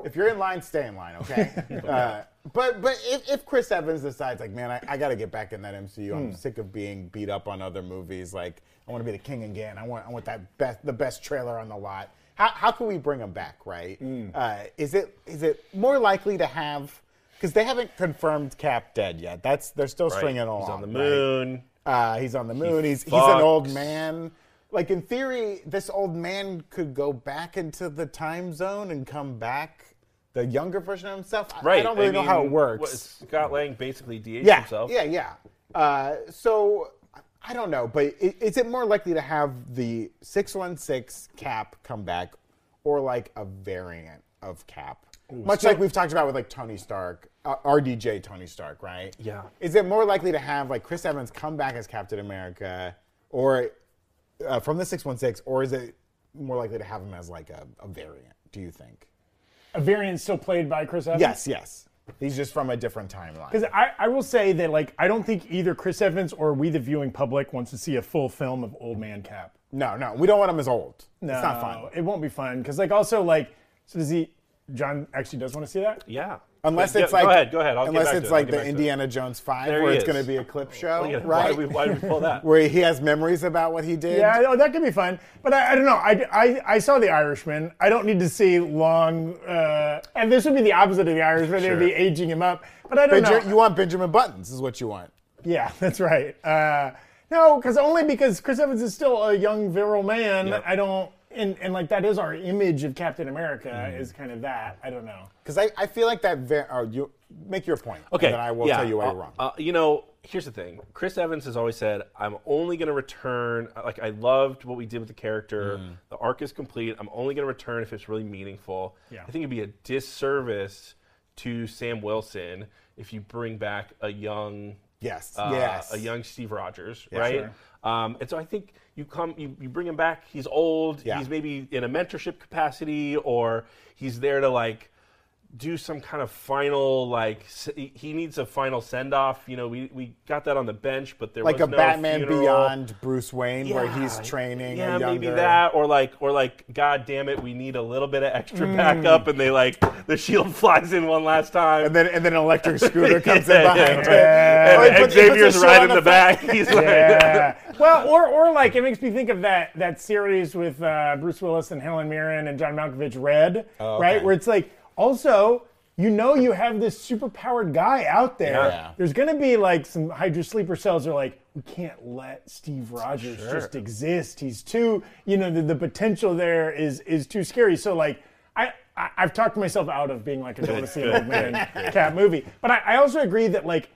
If you're in line, stay in line,
*laughs*
okay? uh, but but if, if Chris Evans decides, like, man, I, I got to get back in that MCU.
Hmm.
I'm sick of being beat up on other movies. Like, I want to be the king again. I want I want that best the best trailer on the lot. How how can we bring him back? Right?
Hmm.
Uh, is it is it more likely to have? Because they haven't confirmed Cap dead yet. That's they're still
Right.
stringing along.
He's on the
right?
moon.
Uh, he's on the moon. he's he's an old
fucks.
man. Like in theory, this old man could go back into the time zone and come back the younger version of himself. I-
Right.
I don't really know how it
mean,
works.
what- Scott Lang basically de-aged
yeah,
himself.
yeah, yeah, Uh, so I- I don't know, but i- is it more likely to have the six one six Cap come back, or like a variant of Cap? Much like we've talked about with like Tony Stark, uh, RDJ Tony Stark, right?
Yeah.
Is it more likely to have like Chris Evans come back as Captain America, or uh, from the six one six, or is it more likely to have him as like a, a variant? Do you think?
a variant still played by Chris Evans.
Yes, yes. He's just from a different timeline.
Because I, I will say that like I don't think either Chris Evans or we the viewing public wants to see a full film of Old Man Cap.
No, no, we don't want him as old.
No,
it's not fun.
It won't be fun because like also like so does he? John actually does want to see that.
Yeah.
Unless
Yeah,
it's like
go ahead, go ahead. I'll get
unless
back to
it's
it. I'll
like
get
the
back to it.
Indiana Jones Five,
There
where
he
it's going to
is.
be a clip show,
Yeah,
right?
Why did we, why did we pull
*laughs*
that?
where he has memories about what he did.
Yeah, oh, that could be fun. But I, I don't know. I, I, I saw The Irishman. I don't need to see long. Uh, and this would be the opposite of The Irishman. It would be
Sure.
aging him up. But I don't
Benja-
know.
you want Benjamin Buttons is what you want.
yeah, *laughs* that's right. Uh, no, because only because Chris Evans is still a young virile man.
Yep.
I don't. And, and like that is our image of Captain America is kind of that. I don't know.
Because I, I feel like that. Ver- oh, you make your point.
Okay.
And then I will
yeah,
tell you why
uh,
you're wrong.
uh, you know, here's the thing. Chris Evans has always said, "I'm only going to return. uh, Like, I loved what we did with the character.
Mm.
The arc is complete. I'm only going to return if it's really meaningful.
Yeah.
I think it'd be a disservice to Sam Wilson if you bring back a young,
yes.
uh,
yes.
a young Steve Rogers, right?
sure.
Um, and so I think you come, you, you bring him back. He's old.
Yeah.
He's maybe in a mentorship capacity, or he's there to like do some kind of final like s- he he needs a final send off. You know, we, we got that on the bench, but there
like
was
a
no
Batman
funeral.
Beyond Bruce Wayne, where
Yeah,
he's training.
Yeah,
a younger,
maybe that, or like, or like, God damn it, we need a little bit of extra backup, and they like the shield *laughs* flies in one last time.
Mm. And then and then an electric
*laughs*
scooter comes in
Yeah,
behind.
yeah,
him.
yeah. And-
Or he
and
puts- he puts
Xavier's
a shield
right
on
in the,
front.
back. *laughs* He's like,
Yeah. well, or or like it makes me think of that that series with uh, Bruce Willis and Helen Mirren and John Malkovich, Red,
Oh, okay.
right? Where it's like also. You know you have this superpowered guy out there.
Yeah.
There's gonna be like some Hydra sleeper cells are like, we can't let Steve Rogers just exist. He's too, you know, the, the potential there is is too scary. So like, I, I I've talked myself out of being like, I don't want to see an old man cat movie. But I, I also agree that like,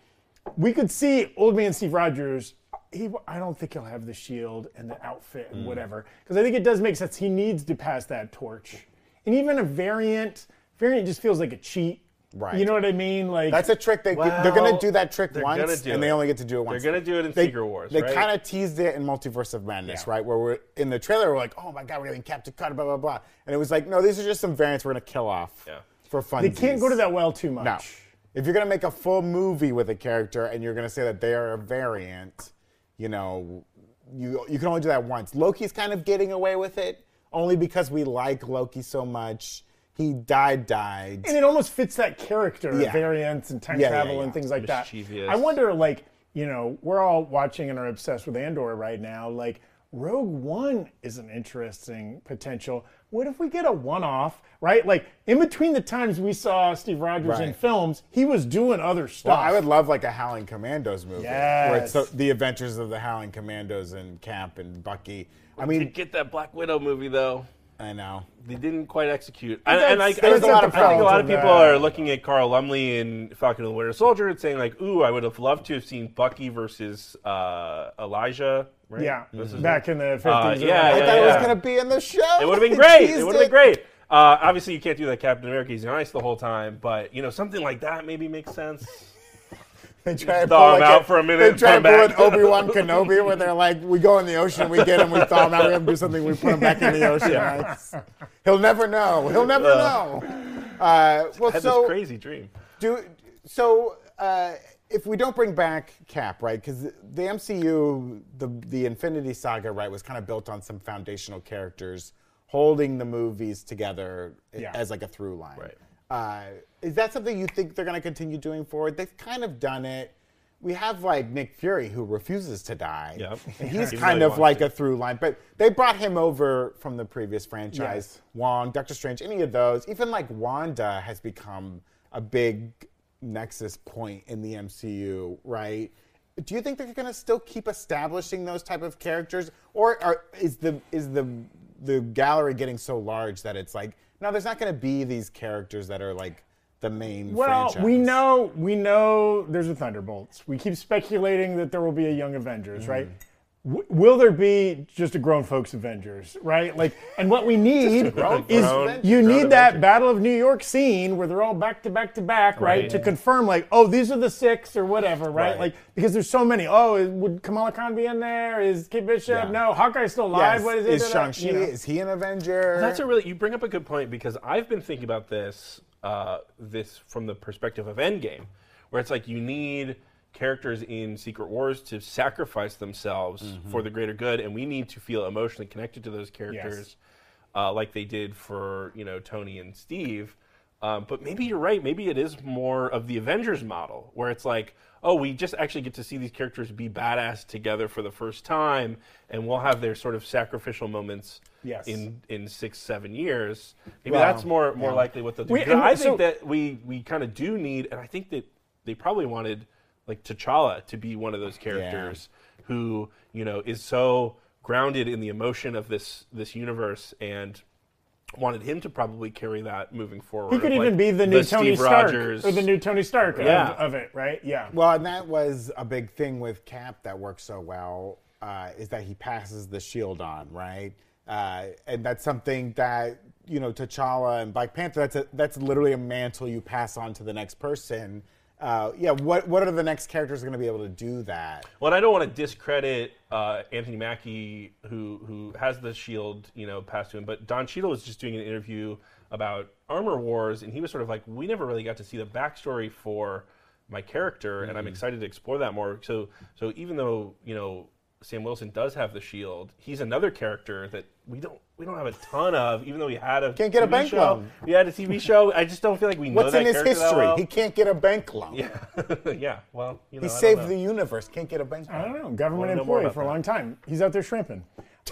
we could see old man Steve Rogers. He, I don't think he'll have the shield and the outfit
Mm.
and whatever, because I think it does make sense. He needs to pass that torch, and even a variant, variant just feels like a cheat.
Right.
You know what I mean? Like
That's a trick. They they're
Well,
gonna do that trick
they're gonna
once,
do
and they
it.
only get to do it once.
gonna do it in
they,
Secret Wars,
They
right?
kind of teased it in Multiverse of Madness,
Yeah.
right? Where we're in the trailer, we're like, oh my god, we're getting Captain Carter, blah blah blah, and it was like, no, these are just some variants we're gonna kill off
Yeah.
for fun.
they can't go to that well too much.
No, if you're gonna make a full movie with a character and you're gonna say that they are a variant, you know, you you can only do that once. Loki's kind of getting away with it only because we like Loki so much. He died, died.
and it almost fits that character
Yeah.
variants and time
Yeah, yeah,
travel
yeah.
and things like that.
Mischievous.
I wonder, like, you know, we're all watching and are obsessed with Andor right now. Like, Rogue One is an interesting potential. What if we get a one-off, right? Like, in between the times we saw Steve Rogers in
Right.
films, he was doing other
Well,
stuff.
I would love like a Howling Commandos movie. Where it's the,
Yes.
the adventures of the Howling Commandos and Cap and Bucky. I mean,
get that Black Widow movie though.
I know.
They didn't quite execute. And, and I, I,
that's- that's
think-
not the
I think a lot
problem.
of people
Yeah.
are looking at Carl Lumley in Falcon and the Winter Soldier and saying like, "Ooh, I would have loved to have seen Bucky versus uh, Elijah." Right?
yeah,
This is-
back in the 50s.
Uh,
or
yeah,
I
whatever.
yeah,
thought it
yeah.
was going to be in the show.
It
*laughs*
would have been
They
great. It
teased
would have been great. Uh, obviously, you can't do that. Captain America, he's in ice the whole time, but you know something like that maybe makes sense.
They try and
Thaw
pull
him
like
out
a-
for a minute
They
and
try
put
and
him
pull an
back.
Obi
*laughs*
Wan Kenobi when they're like, we go in the ocean, we get him, we thaw him out, we're going to do something, we put him back in
*laughs*
the ocean. It's- He'll never know. He'll never know. Uh, well,
I had
so
this crazy dream.
Do so. Uh, if we don't bring back Cap, right? Because the MCU, the the Infinity Saga, right, was kind of built on some foundational characters holding the movies together i-
Yeah.
as like a through line.
Right.
Uh, is that something you think they're going to continue doing forward? They've kind of done it. We have like Nick Fury who refuses to die,
Yep.
and he's
He
kind
really
of
wants
like
to.
a through line. But they brought him over from the previous franchise.
Yes.
Wong, Doctor Strange, any of those, even like Wanda has become a big nexus point in the MCU, right? Do you think they're going to still keep establishing those type of characters, or are, is the is the the gallery getting so large that it's like no, there's not going to be these characters that are like the main.
Well,
franchise?
we know we know there's a Thunderbolts. We keep speculating that there will be a Young Avengers, right? W- will there be just a grown folks Avengers, right? Like, and what we need
grown
is
folks
you need
Avengers. Grown
that
Avengers.
Battle of New York scene where they're all back to back to back, right?
Right.
To confirm, like, oh, these are the six or whatever, right?
Right.
Like, because there's so many. Oh, is- would Kamala Khan be in there? Is Kate Bishop?
Yeah.
No, Hawkeye's still alive.
Yes,
What is it?
is Shang Chi?
You know.
Is he an Avenger?
That's a really you bring up a good point because I've been thinking about this uh, this from the perspective of Endgame, where it's like you need characters in Secret Wars to sacrifice themselves for the greater good, and we need to feel emotionally connected to those characters, uh, like they did for you know Tony and Steve. Um, but maybe you're right. Maybe it is more of the Avengers model, where it's like, oh, we just actually get to see these characters be badass together for the first time, and we'll have their sort of sacrificial moments
Yes.
in in six seven years. Maybe
Wow.
that's more more likely what they'll do.
We-
Because
and
I
so-
think that we we kind of do need, and I think that they probably wanted like T'Challa to be one of those characters who you know is so grounded in the emotion of this this universe and wanted him to probably carry that moving forward.
He could
of,
even
like,
be the new Tony
Steve
Stark
Rogers.
or the new Tony Stark of-
Yeah.
of, it, right? Yeah.
Well, and that was a big thing with Cap that worked so well uh, is that he passes the shield on, right? Uh, and that's something that you know T'Challa and Black Panther. That's a, that's literally a mantle you pass on to the next person. Uh, yeah, what what are the next characters going to be able to do that?
Well, and I don't want to discredit uh, Anthony Mackie, who who has the shield, you know, passed to him. But Don Cheadle was just doing an interview about Armor Wars, and he was sort of like, "We never really got to see the backstory for my character, and
Mm-hmm.
I'm excited to explore that more." So, so even though you know Sam Wilson does have the shield, he's another character that we don't we don't have a ton of, even though he had a
Can't get a
TV
bank
show.
loan.
He had a TV show. I just don't feel like we know
What's
that
in his
character that
history?
well.
He can't get a bank loan.
*laughs* yeah, well,
He
you know, I don't
saved
know.
the universe. Can't get a bank
I
loan.
don't know. Government
Wanna know more
employee
about
for a
that.
long time. He's out there shrimping.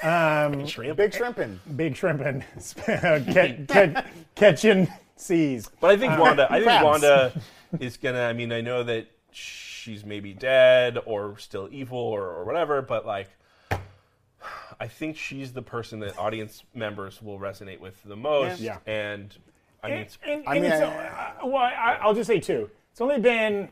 Um,
*laughs* Shrimp.
Big shrimping.
big shrimping. *laughs* Ca- ca- catching seas.
But I
Uh,
think Wanda. I think
crabs. *laughs*
Wanda is gonna. I mean, I know that she's maybe dead or still evil or, or whatever. But like, I think she's the person that audience members will resonate with the most.
Yeah.
And I mean, it's,
And, and
I mean,
it's,
I-
uh, well, I, I'll just say two. It's only been,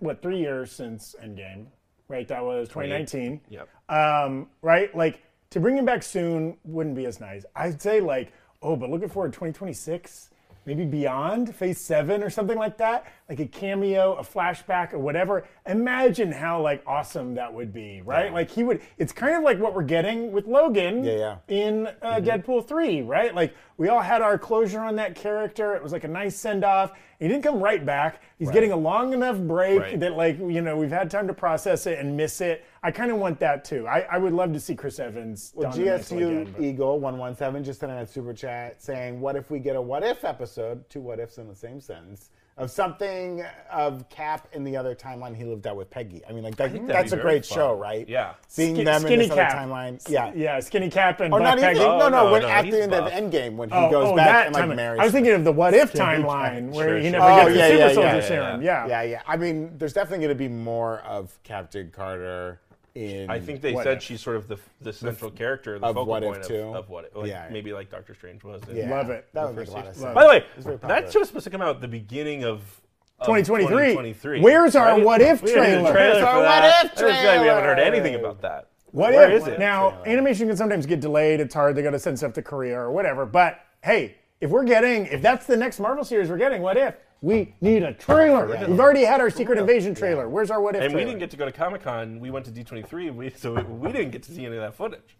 what, three years since Endgame, right? That was 2019.
Yep.
Um, right? Like, to bring him back soon wouldn't be as nice. I'd say, like, oh, but looking forward to 2026, maybe beyond phase seven or something like that, like a cameo, a flashback, or whatever. Imagine how, like, awesome that would be, right? Like, he would, it's kind of like what we're getting with Logan
Yeah, yeah.
in uh,
Mm-hmm.
Deadpool 3, right? Like, we all had our closure on that character. It was like a nice send off. He didn't come right back. He's getting a long enough break
Right.
that, like, you know, we've had time to process it and miss it. I kind of want that too. I, I would love to see Chris Evans.
Well,
dominate
GSU
again, but-
Eagle one one seven just sent out a super chat saying, "What if we get a what if episode? Two what ifs in the same sentence of something of Cap in the other timeline he lived out with Peggy. I mean, like that,
think that'd
that's
be
a
very
great
fun.
show, right?
Yeah.
seeing
Skin-
them in
skinny
this other
Cap.
timeline. Yeah,
yeah, skinny cap and
or not
Black
even.
Peggy.
No,
Oh,
no,
no,
when
no,
at the
he's
end of
buff.
Endgame when he
Oh,
goes
oh,
back and
that
like
timeline.
marries.
I was thinking of the
*laughs*
what if Skinny timeline Cap.
Sure,
where he
sure.
never
Oh,
gets
yeah,
the super
yeah,
soldier
yeah, yeah,
serum.
yeah.
Yeah.
Yeah, yeah. I mean, there's definitely going to be more of Captain Carter in.
I think they
What
said
if.
she's sort of the the central character, the
of
focal
What If
point of,
too.
of what if, like,
Yeah.
maybe like Doctor Strange was. in-
Yeah.
Love it.
That would make a lot of sense.
By the way,
It's very popular.
that show was supposed to come out at the beginning of. of
2023.
2023.
Where's our What If
We haven't
trailer?
heard a
Where's
for
our
that.
What If
I just feel like we haven't heard
trailer?
anything about that.
What
Where
if?
is it?
Now, animation can sometimes get delayed. It's hard. They got to send stuff to Korea or whatever. But hey, if we're getting, if that's the next Marvel series we're getting, what if? We need a trailer. We've already had our Secret Invasion trailer. Where's our What If
And we
trailer?
didn't get to go to Comic Con. We went to D23, and we, so we, we didn't get to see any of that footage.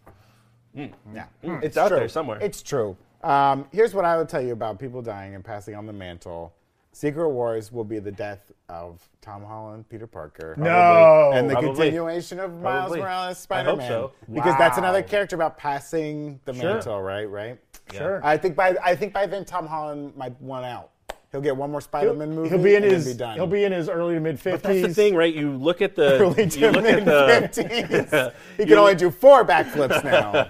Yeah.
Hmm, It's out there somewhere.
It's true. Um, here's what I would tell you about people dying and passing on the mantle. Secret Wars will be the death of Tom Holland, Peter Parker,
No.
and the
Probably.
continuation of Miles
Probably.
Morales,
I hope
Spider-Man.
so.
Because that's another
Wow.
character about passing the
Sure.
mantle, right? Right.
Sure.
I think by I think by then Tom Holland might want out. He'll get one more Spider-Man movie.
He'll be in
and then
his.
Be done. *laughs*
he'll be in his early to mid fifties.
That's the thing, right? You look
*laughs*
at the.
early
you
to
look
mid
at the.
fifties. He
You
can only
look-
do four backflips
*laughs*
now.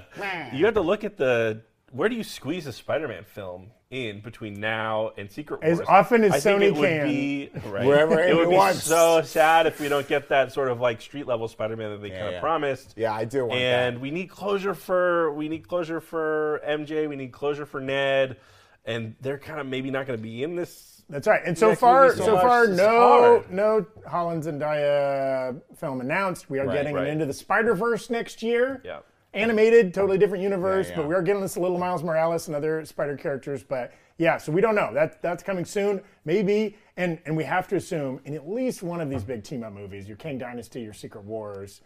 You have to look at the. Where do you squeeze a Spider-Man film in between now and Secret
As
Wars?
often as
I think
Sony
it would
can.
be- right.
Wherever
it would
he
be
wants.
so sad if we don't get that sort of like street level Spider-Man that they kind of
yeah.
promised.
Yeah, I do want that.
and we need closure for we need closure for MJ. We need closure for Ned, and they're kind of maybe not going to be in this.
That's right. And so
Next
far,
movie
so,
so much
far,
is
no,
hard.
no Holland Zendaya film announced. We are getting
right.
into the Spider Verse next year.
Yeah.
Animated, totally different universe,
Yeah, yeah.
but we are getting this little Miles Morales and other Spider characters. But yeah, so we don't know. That that's coming soon, maybe. And and we have to assume in at least one of these big team up movies, your Kang Dynasty, your Secret Wars,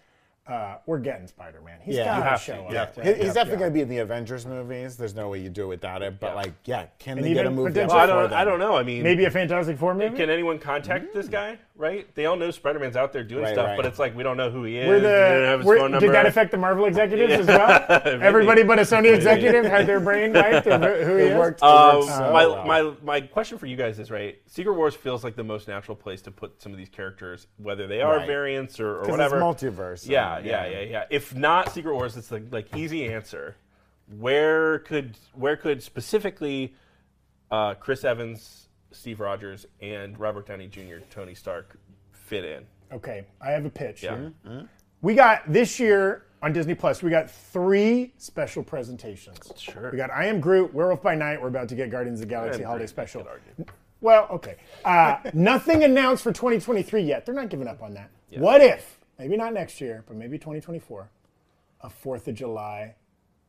uh, we're getting Spider Man. He's
Yeah, you
got to
have to,
show
you
up.
have to.
right?
He- He's definitely going to be in the Avengers movies. There's no way you do it without it. But like, yeah, can they get a
even
movie? out
potentially-
Well, I
before
don't.
then?
I don't know. I mean,
Maybe a Fantastic Four movie.
Can anyone contact this guy? Right? They all know Spider-Man's out there doing
Mm. Right,
stuff,
right.
but it's like we don't know who he is.
Were
we don't
the,
have his
were-
phone number.
did that affect the Marvel executives as well?
*laughs* Maybe.
Everybody but a Sony executive had their brain wiped
*laughs*
of who he
It
is.
worked. it
Um,
worked so
my,
well.
my my question for you guys is right. Secret Wars feels like the most natural place to put some of these characters, whether they are
Right.
variants or, or
'Cause
whatever.
It's multiverse.
Yeah,
and,
yeah, yeah, yeah. If not Secret Wars, it's like like easy answer. Where could where could specifically uh, Chris Evans, Steve Rogers, and Robert Downey Jr., Tony Stark fit in?
Okay, I have a pitch.
Yeah. Mm-hmm.
We got this year on Disney Plus. We got three special presentations.
Sure.
We got I Am Groot, Werewolf by Night. We're about to get Guardians of the Galaxy
Groot,
Holiday
you
Special.
could argue.
Well, okay. Uh, *laughs* nothing announced for 2023 yet. They're not giving up on that. What if? Maybe not next year, but maybe 2024. A Fourth of July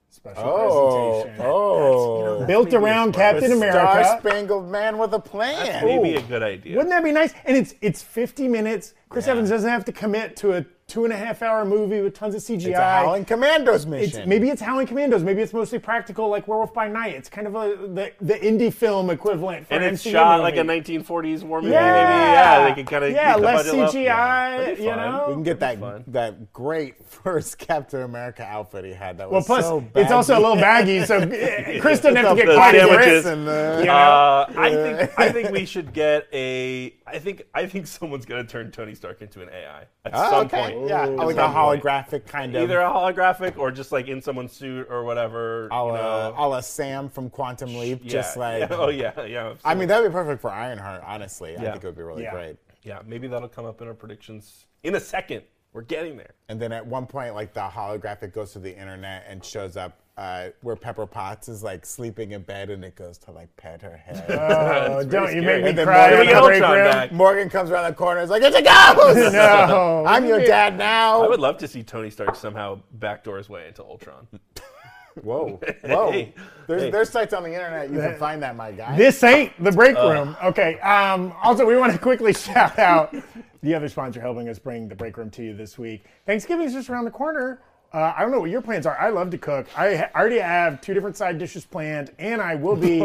special
Oh,
presentation.
oh.
Built around Captain
Star
America.
Spangled Man with a plan.
Maybe a good idea.
Wouldn't that be nice? And it's it's 50 minutes. Chris Evans doesn't have to commit to a two and a half hour movie with tons of CGI.
It's a Howling Commandos mission.
It's- maybe it's Howling Commandos. Maybe it's mostly practical, like Werewolf by Night. It's kind of a, the the indie film equivalent for
and
an
it's
MCU
shot like
movie.
a 1940s war movie.
yeah.
Maybe. Yeah, they could kind of
yeah less CGI.
That'd be
you
fun.
know,
we can get that
fun.
that great *laughs* first Captain America outfit he had. That
Well,
was
plus
so
it's also a little baggy,
*laughs*
so eh, Chris doesn't have to get
the
caught in
sandwiches.
this.
And the,
You know?
Uh, I think I think we should get a. I think I think someone's gonna turn Tony Stark into an AI at
Oh,
some
okay.
point.
Yeah,
At
like a
some point.
holographic kind of.
Either a holographic or just like in someone's suit or whatever.
a
you
la,
know.
a la Sam from Quantum Leap,
Yeah,
just like
yeah, *laughs* oh yeah, yeah.
I mean, that'd be perfect for Ironheart. Honestly, I
Yeah.
think it would be really
Yeah.
great.
yeah. Maybe that'll come up in our predictions in a second. We're getting there.
And then at one point, like the holographic goes to the internet and shows up uh, where Pepper Potts is like sleeping in bed, and it goes to like pet her head.
*laughs*
*laughs*
*laughs*
Oh,
It's
don't
very
you
scary.
make me
And then
cry
Morgan
in the
else
break
on
room.
that.
Morgan comes around the corner. It's like it's a ghost.
*laughs* No.
*laughs*
I'm your dad now.
I would love to see Tony Stark somehow backdoor his way into Ultron. *laughs*
Whoa, whoa.
Hey,
there's
hey.
there's sites on the internet you can find that, my guy.
This ain't the break
Uh.
room. Okay. Um, also, we want to quickly *laughs* shout out the other sponsor helping us bring the break room to you this week. Thanksgiving's just around the corner. Uh, I don't know what your plans are. I love to cook. I ha- I already have two different side dishes planned, and I will
*laughs*
be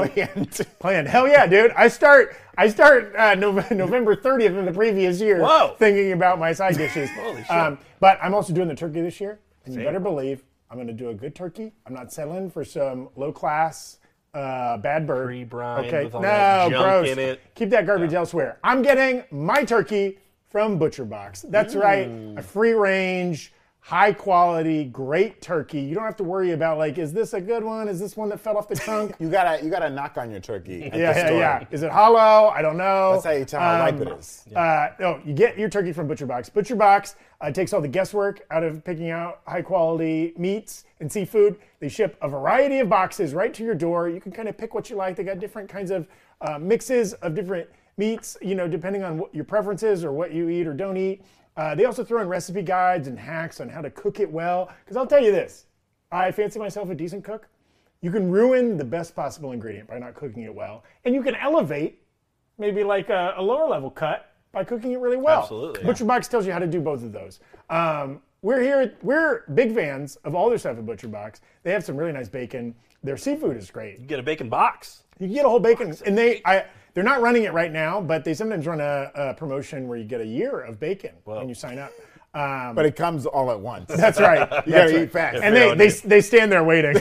planned. Hell yeah, dude! I start I start uh, Nov- *laughs* November 30th in the previous year,
Whoa.
thinking about my side dishes.
*laughs*
Um,
Holy shit.
but I'm also doing the turkey this year, and you better believe I'm going to do a good turkey. I'm not settling for some low class uh, bad bird.
Pre-brined
okay,
with
no,
all that junk
gross.
in it.
Keep that garbage elsewhere. I'm getting my turkey from Butcher Box. That's right, a free range, high quality, great turkey. You don't have to worry about like, is this a good one? Is this one that fell
*laughs*
off the trunk?
You gotta you gotta knock on your turkey. At
yeah,
the
yeah,
store.
yeah. Is it hollow? I don't know.
That's how you tell how
Um,
ripe it is.
uh, no, you get your turkey from ButcherBox. ButcherBox uh, takes all the guesswork out of picking out high quality meats and seafood. They ship a variety of boxes right to your door. You can kind of pick what you like. They got different kinds of uh, mixes of different meats, you know, depending on what your preference is or what you eat or don't eat. Uh, they also throw in recipe guides and hacks on how to cook it well. Because I'll tell you this, I fancy myself a decent cook. You can ruin the best possible ingredient by not cooking it well, and you can elevate maybe like a, a lower level cut by cooking it really well.
Absolutely.
Butcher Box tells you how to do both of those. Um, we're here. We're big fans of all their stuff at Butcher Box. They have some really nice bacon. Their seafood is great.
You get a bacon box.
You can get a whole bacon, and they I, they're not running it right now, but they sometimes run a, a promotion where you get a year of bacon when you sign up. Um,
But it comes all at once.
*laughs* that's
*laughs*
right.
You
That's
gotta
right.
eat fast.
And
Fair
they,
on
they,
you.
they stand there waiting.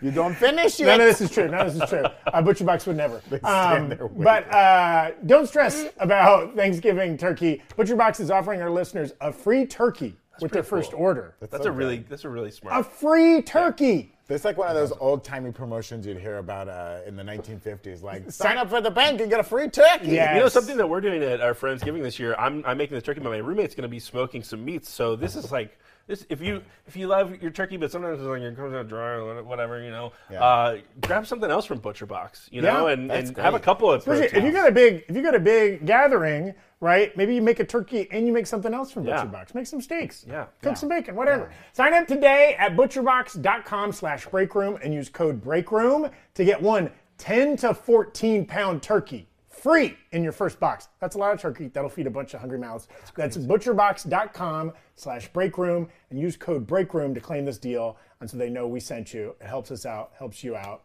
you don't finish
None
yet.
of this is true. None of this is true. Uh, Butcher Box
*laughs*
would never.
stand
Um,
there waiting.
but uh, don't stress about Thanksgiving turkey. Butcher Box is offering our listeners a free turkey with their
pretty cool.
first order.
That's a really that's a really smart.
a free turkey.
It's like one of those old timey promotions you'd hear about uh, in the 1950s.
*laughs*
Like, sign up for the bank and get a free turkey.
Yeah.
You know
Yes.
something that we're doing at our friends' giving this year. I'm, I'm making the turkey, but my roommate's going to be smoking some meats. So this is like this. If you if you love your turkey, but sometimes it's like it comes out dry or whatever, you know,
Yeah.
uh, grab something else from Butcher Box, you know,
Yeah,
and,
that's
and have a
great.
couple of
Especially if you
proteins.
got a big if you got a big gathering, right? Maybe you make a turkey and you make something else from
Yeah.
ButcherBox. Make some steaks.
Yeah.
Cook some bacon, whatever. Sign up today at butcherbox.com slash breakroom and use code breakroom to get one 10 to 14 pound turkey free in your first box. That's a lot of turkey. That'll feed a bunch of hungry mouths. That's, butcherbox.com slash breakroom and use code breakroom to claim this deal. And so they know we sent you. It helps us out, helps you out.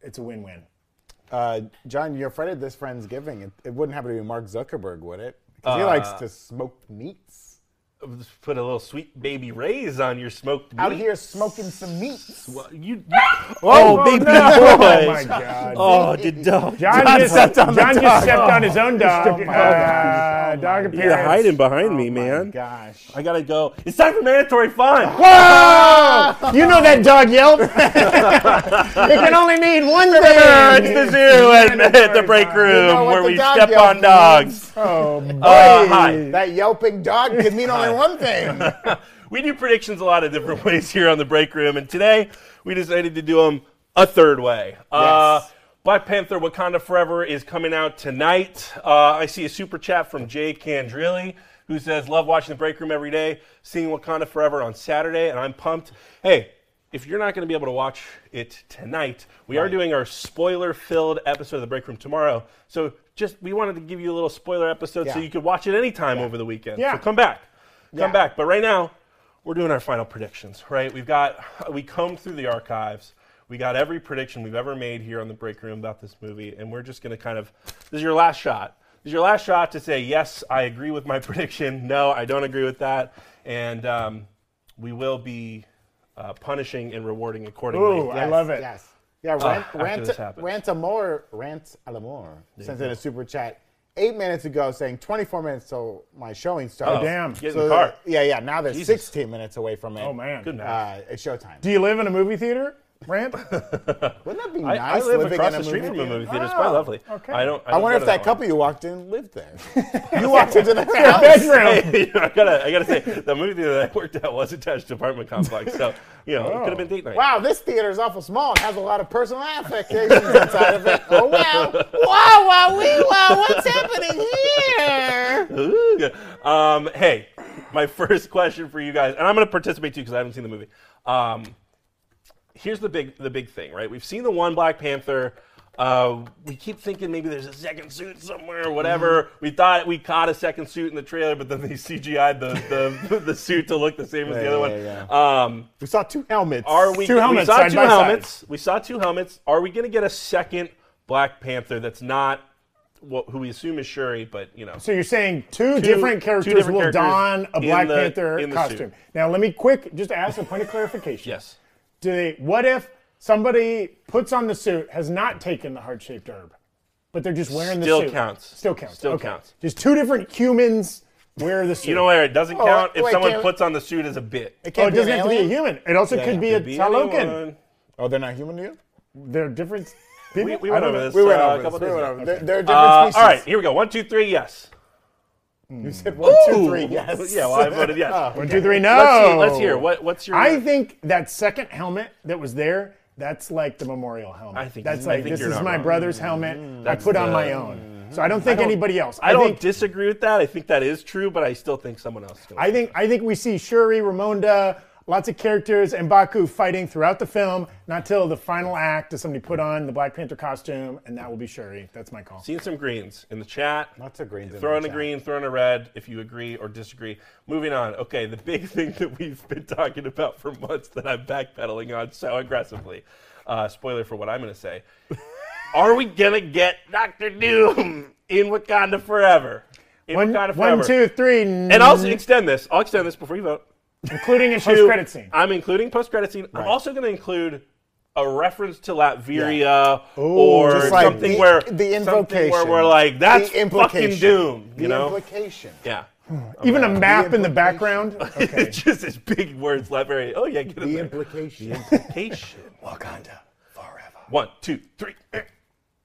It's a win-win.
Uh, John, you're afraid of this Friendsgiving. It, it wouldn't happen to be Mark Zuckerberg, would it? Because
Uh,
he likes to smoke meats.
put a little sweet baby rays on your smoked meat.
Out here smoking some meats.
Well, you,
*laughs*
you- oh, baby
Oh
boys.
my God.
*laughs* Oh, did dog.
John, just,
stepped on the
John just
dog.
stepped on his own dog.
my
Uh,
dog.
dog
You're
appearance.
hiding
Oh,
behind me, man.
Gosh.
I gotta go. It's time for mandatory fun.
Whoa! You know that dog
*laughs*
yelp. it can only mean one
It's
thing.
the zoo and at *laughs* the break room
know what
where
the
we
dog
step
yelp
on dogs.
Oh, boy.
Uh, hi.
That yelping dog can mean only one
*laughs*
thing.
We do predictions a lot of different *laughs* ways here on the break room, and today we decided to do them a third way. Uh,
Yes.
Black Panther Wakanda Forever is coming out tonight. Uh, I see a super chat from Jay Candrilli who says, Love watching the break room every day, seeing Wakanda Forever on Saturday, and I'm pumped. Hey, if you're not going to be able to watch it tonight, we are doing our spoiler filled episode of the break room tomorrow. So just we wanted to give you a little spoiler episode so
Yeah.
you could watch it anytime over the weekend.
Yeah.
So come back. Come
Yeah.
back. But right now, we're doing our final predictions, right? We've got, we combed through the archives. We got every prediction we've ever made here on the break room about this movie, and we're just going to kind of, this is your last shot. This is your last shot to say, yes, I agree with my *laughs* prediction. No, I don't agree with that. And um, we will be uh, punishing and rewarding accordingly.
Ooh, I love it.
Yes. Yeah, rant,
Oh, after
rant,
this happens.
rant a more, rant a la more. Sent in a super chat eight minutes ago saying 24 minutes till my showing starts.
Oh,
damn.
Get in the car.
Yeah, yeah. Now they're
Jesus.
16 minutes away from it.
Oh, man.
Good night.
Uh, it's showtime.
Do you live in a movie theater,
*laughs*
Rant?
Wouldn't that be
I, I
nice
live
living
across
in a
the street
movie
from a movie
theater? Oh,
theater. It's quite lovely.
okay.
I don't. I,
I
don't
wonder if
go to
that
one.
couple you walked in lived
*laughs*
there. you walked into their house.
Bedroom.
Hey, I gotta, I gotta say, the movie theater that I worked at was attached to apartment complex, so you know
Oh.
it could have been date night.
Wow, this theater is awful small. It has a lot of personal affectations inside of it. Oh wow! Wow! Wow! Wee! Wow! What's happening here?
Ooh. Um, hey, my *laughs* first question for you guys, and I'm gonna participate too because I haven't seen the movie. Um, here's the big, the big thing, right? We've seen the one Black Panther. Uh, we keep thinking maybe there's a second suit somewhere or whatever.
Mm-hmm.
We thought we caught a second suit in the trailer, but then they *laughs* CGI'd the, the, *laughs* the suit to look the same as the
Yeah,
other
yeah,
one. Um,
We saw two helmets.
are we?
Two helmets
we saw
side
two
by side.
helmets. We saw two helmets. Are we going to get a second Black Panther that's not what, who we assume is Shuri, but you know,
So you're saying two, different characters
different
will don
characters
a
in
Black
the-
Panther
in the suit.
costume. Now let me quick just ask a point of clarification.
yes.
Do they? What if somebody puts on the suit has not taken the heart shaped herb, but they're just wearing
Still
the suit?
counts.
Still counts.
Still
okay.
counts.
Just two different humans wear the suit.
You know where it doesn't
Oh,
count if
wait,
someone
can't-
puts on the suit as a bit.
Oh, it
Can't be an
doesn't have to be a
alien?
human. It also could be a
Be
Talokan.
anyone.
Oh, they're not human to you?
They're different people.
*laughs* We, we
I don't
went over
know.
this.
We went
uh,
over
a
this.
couple
We
days
went
ago.
over. They're, they're different
Uh,
species.
all right, here we go. One, two, three. Yes.
You said one, two, three.
Ooh.
Yes.
*laughs* Yeah. Well, I voted yes.
One, two, three. No.
Let's see. Let's hear. What, what's your?
Oh. I think that second helmet that was there, that's like the memorial helmet.
I think-
that's
I
like
think
this
you're
is
not
my
wrong. Mm.
brother's helmet. I put on my own. So I don't think anybody else.
I, mm. don't
think,
disagree with that. I think that is true, but I still think someone else. Is gonna
I think I think we see Shuri, Ramonda, lots of characters, and Baku fighting throughout the film. Not till the final act does somebody put on the Black Panther costume, and that will be Shuri. That's my call.
Seeing some greens in the chat.
Lots of greens in
Throw
the
in a
chat.
green, throw in a red if you agree or disagree. Moving on. Okay, the big *laughs* thing that we've been talking about for months that I'm backpedaling on so aggressively. Uh, spoiler for what I'm going
*laughs*
to say. Are we going to get Doctor Doom in Wakanda forever? In
One,
Wakanda forever.
one, two, three,
And I'll extend this. I'll extend this before you vote.
*laughs* including a Uh, post-credit scene.
I'm including post credit scene. I'm also going to include a reference to Latveria or
just
like
something
the-
where
the
something where
invocation.
we're like that's
The implication.
fucking doom, you
the Hmm,
know?
implication.
yeah. *laughs*
Even a map in the
implication.
background. Okay.
it's just this big words Latveria. Oh yeah, get in
The *laughs*
there.
implication.
Implication.
Wakanda forever.
One, two, three. Eh.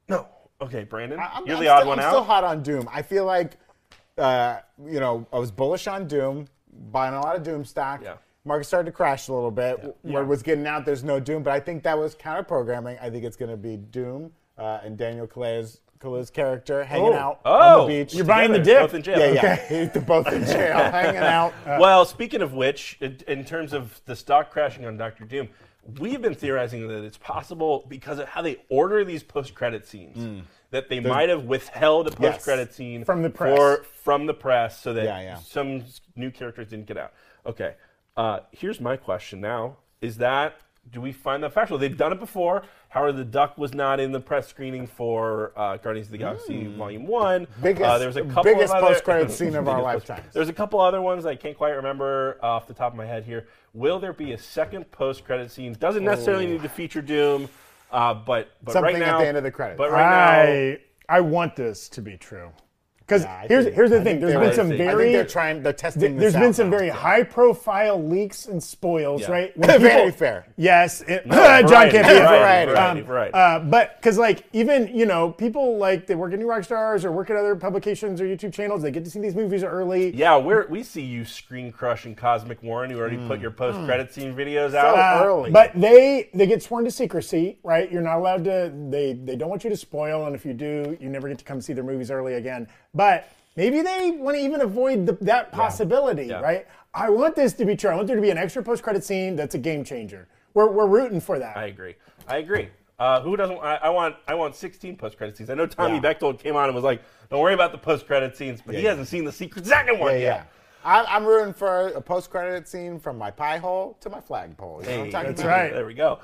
No. Okay, Brandon,
I'm-
you're
I'm
the odd
still,
one
I'm
out.
still hot on Doom. I feel like, uh, you know, I was bullish on Doom, buying a lot of Doom stock.
Yeah.
Market started to crash a little bit. Word
Yeah.
was getting out. There's no Doom, but I think that was counter programming. I think it's going to be Doom uh, and Daniel Kaluuya's, Kaluuya's character hanging
Oh.
out
oh,
on the beach.
You're buying the
together,
dip.
Both in
yeah,
jail.
yeah. They're both in jail,
*laughs*
hanging out.
Uh, Well, speaking of which, in, in terms of the stock crashing on Doctor Doom, we've been theorizing that it's possible because of how they order these post-credit scenes that they might have withheld a
Hmm. Yes.
post-credit scene
From the press.
for- from the press so that
Yeah, yeah.
some s- new characters didn't get out. Okay, uh, here's my question now: Is that do we find that factual? They've done it before. Howard the Duck was not in the press screening for uh, Guardians of the Galaxy
Hmm.
Volume One. uh,
Biggest-
there was a couple
biggest
of other-
post-credit scene
*laughs*
of our
Biggest post-
lifetimes.
There's a couple other ones I can't quite remember off the top of my head here. Will there be a second post-credit scene? Doesn't necessarily need to feature Doom, uh, but, but
Oh. Something
right
at
now
the end of the credits.
But right now,
Uh, I I want this to be true. Because
I
*laughs* here's
think-
here's the
I
thing.
think
There's
they're-
been some
I think
I think
very
they're trying. They're testing.
there's
this
been
out
some
now.
very high profile leaks and spoils,
Yeah. *laughs*
right?
Very fair.
Yes, it- *laughs*
variety,
John can't be
variety,
it.
variety, variety.
Uh, but because like even you know people like they work at New Rock Stars or work at other publications or YouTube channels, they get to see these movies early.
yeah, we're, we see you screen crushing Cosmic Warren. You already put your post-credit scene videos out.
Hmm. Uh,
Uh,
early.
But they they get sworn to secrecy, right? You're not allowed to. They they don't want you to spoil, and if you do, you never get to come see their movies early again. But maybe they want to even avoid the, that possibility,
Yeah.
right? I want this to be true. I want there to be an extra post credit scene that's a game changer. We're, we're rooting for that.
I agree. I agree. Uh, who doesn't? I, I want. I want 16 post-credit scenes. I know Tommy Bechtold came on and was like, "Don't worry about the post-credit scenes," but he hasn't seen the secret second one
Yeah,
yet.
yeah. I, I'm rooting for a post-credit scene from my pie hole to my flagpole. You know what I'm talking
that's
about?
right.
There we go.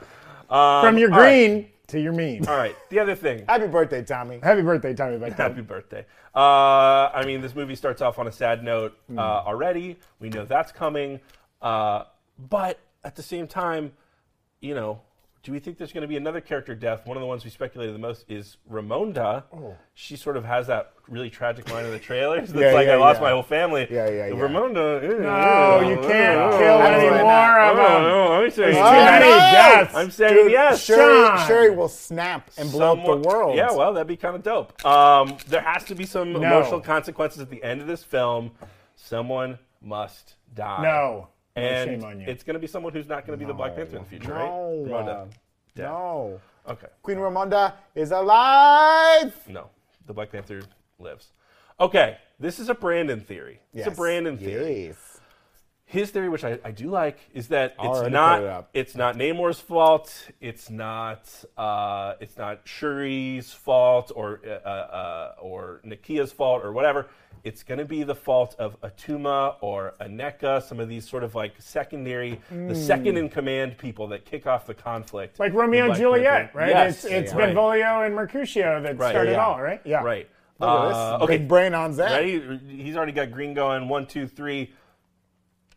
From your
Um, all right.
green to your mean.
All right. The other thing.
Happy birthday, Tommy.
Happy birthday, Tommy Bechtel.
Happy birthday. Uh, I mean, this movie starts off on a sad note
Hmm.
uh, already. We know that's coming. Uh, but at the same time, you know, do we think there's going to be another character death? One of the ones we speculated the most is Ramonda.
Oh.
She sort of has that really tragic line in the
*laughs*
trailer. It's
Yeah,
like,
yeah,
I lost
yeah.
my whole family.
Yeah, yeah, yeah.
Ramonda.
Oh, you can't kill
that's
any
right.
more
Oh,
of them.
no, I'm saying
Too
yes.
many deaths.
I'm saying
Dude,
yes.
Sean.
Shuri, Shuri will snap and blow up
Somewhat-
the world.
Yeah, well, that'd be kind of dope. Um, there has to be some emotional consequences at the end of this film. Someone must die.
No. No,
And
shame on you.
it's going to be someone who's not going to be the Black Panther in the future,
No.
right? Ramonda. Dead.
No.
Okay.
Queen Ramonda is alive.
No. The Black Panther lives. Okay. This is a Brandon theory. It's a
Yes.
Brandon theory.
Yes.
his theory, which I, I do like, is that it's
Already
not
put it up.
it's not Namor's fault. It's not uh, it's not Shuri's fault or uh, uh, or Nakia's fault or whatever. It's going to be the fault of Atuma or Aneka, some of these sort of like secondary, the second in command people that kick off the conflict.
Hmm. Like Romeo
in
and
Black
Juliet,
Panther.
right?
Yes,
It's, it's
right.
Benvolio and Mercutio that
Right.
started
Yeah.
all, right? Yeah.
Right.
Look at this.
Uh,
Big brain on Zach.
Ready? He's already got green going. One, two, three.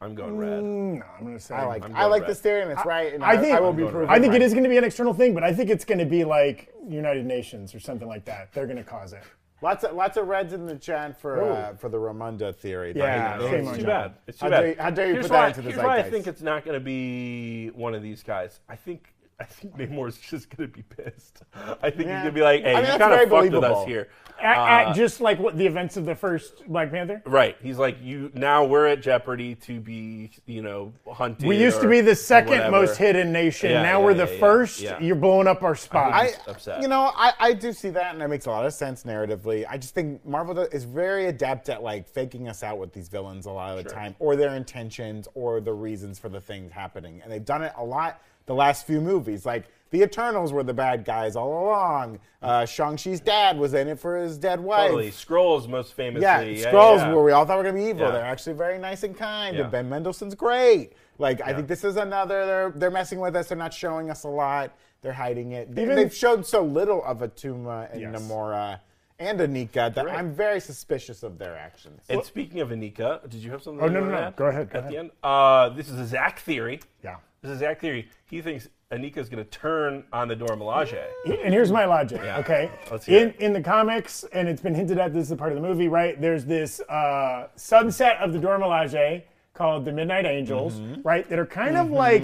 I'm going
No,
red.
Mm, I'm going to say.
I like,
I'm
I like
going
this theory, and it's right. And I,
I think
I will be
going
proven.
I think
right.
it is going to be an external thing, but I think it's going to be like United Nations or something like that. They're going to cause it.
Lots of lots of reds in the chat for uh,
Ooh.
for the Ramunda theory.
Yeah,
They- they-
shame
it's
on
too
you.
bad. It's too
How
bad.
dare you- how dare you
here's
put that
why,
into the
here's why I
zeitgeist.
think it's not going to be one of these guys. I think I think Namor's just going to be pissed. I think
Yeah.
he's going to be like,
I
"Hey,
mean,
you
that's
kind
very
of fucked with
believable.
us here."
At,
Uh,
at just like what the events of the first Black Panther.
Right. He's like, you now we're at jeopardy to be, you know, hunted.
We used to
or-
be the
or
second
whatever.
most hidden nation.
Yeah,
now
yeah,
we're
yeah,
the
yeah,
first.
yeah.
You're blowing up our spot.
I-
I,
It's upset.
You know, I, I do see that, and that makes a lot of sense narratively. I just think Marvel does- is very adept at like faking us out with these villains a lot of the time, or their intentions, or the reasons for the things happening, and they've done it a lot the last few movies. Like the Eternals were the bad guys all along. Uh, Shang Chi's dad was in it for his dead wife.
Totally. Scrolls most famously.
Yeah,
E
yeah,
Scrolls
yeah.
where we all thought were gonna be evil.
Yeah.
They're actually very nice and kind.
Yeah.
And Ben Mendelsohn's great. Like I think this is another. They're they're messing with us. They're not showing us a lot. They're hiding it. They,
Even-
have shown so little of Atuma and
Yes.
Namora and Anika that
Right.
I'm very suspicious of their actions.
And speaking of Anika, did you have something?
Oh,
you
no,
wanted
no,
to
no.
add
Go ahead, go
At the
ahead.
end, uh, this is a Zach theory.
Yeah.
This is Zach theory. He thinks Anika is going to turn on the Dora Milaje.
and here's my logic. Okay,
Let's hear
in
it.
in the comics, and it's been hinted at. This is a part of the movie, right? There's this uh, subset of the Dormilaje called the Midnight Angels,
Mm-hmm.
right? That are kind of like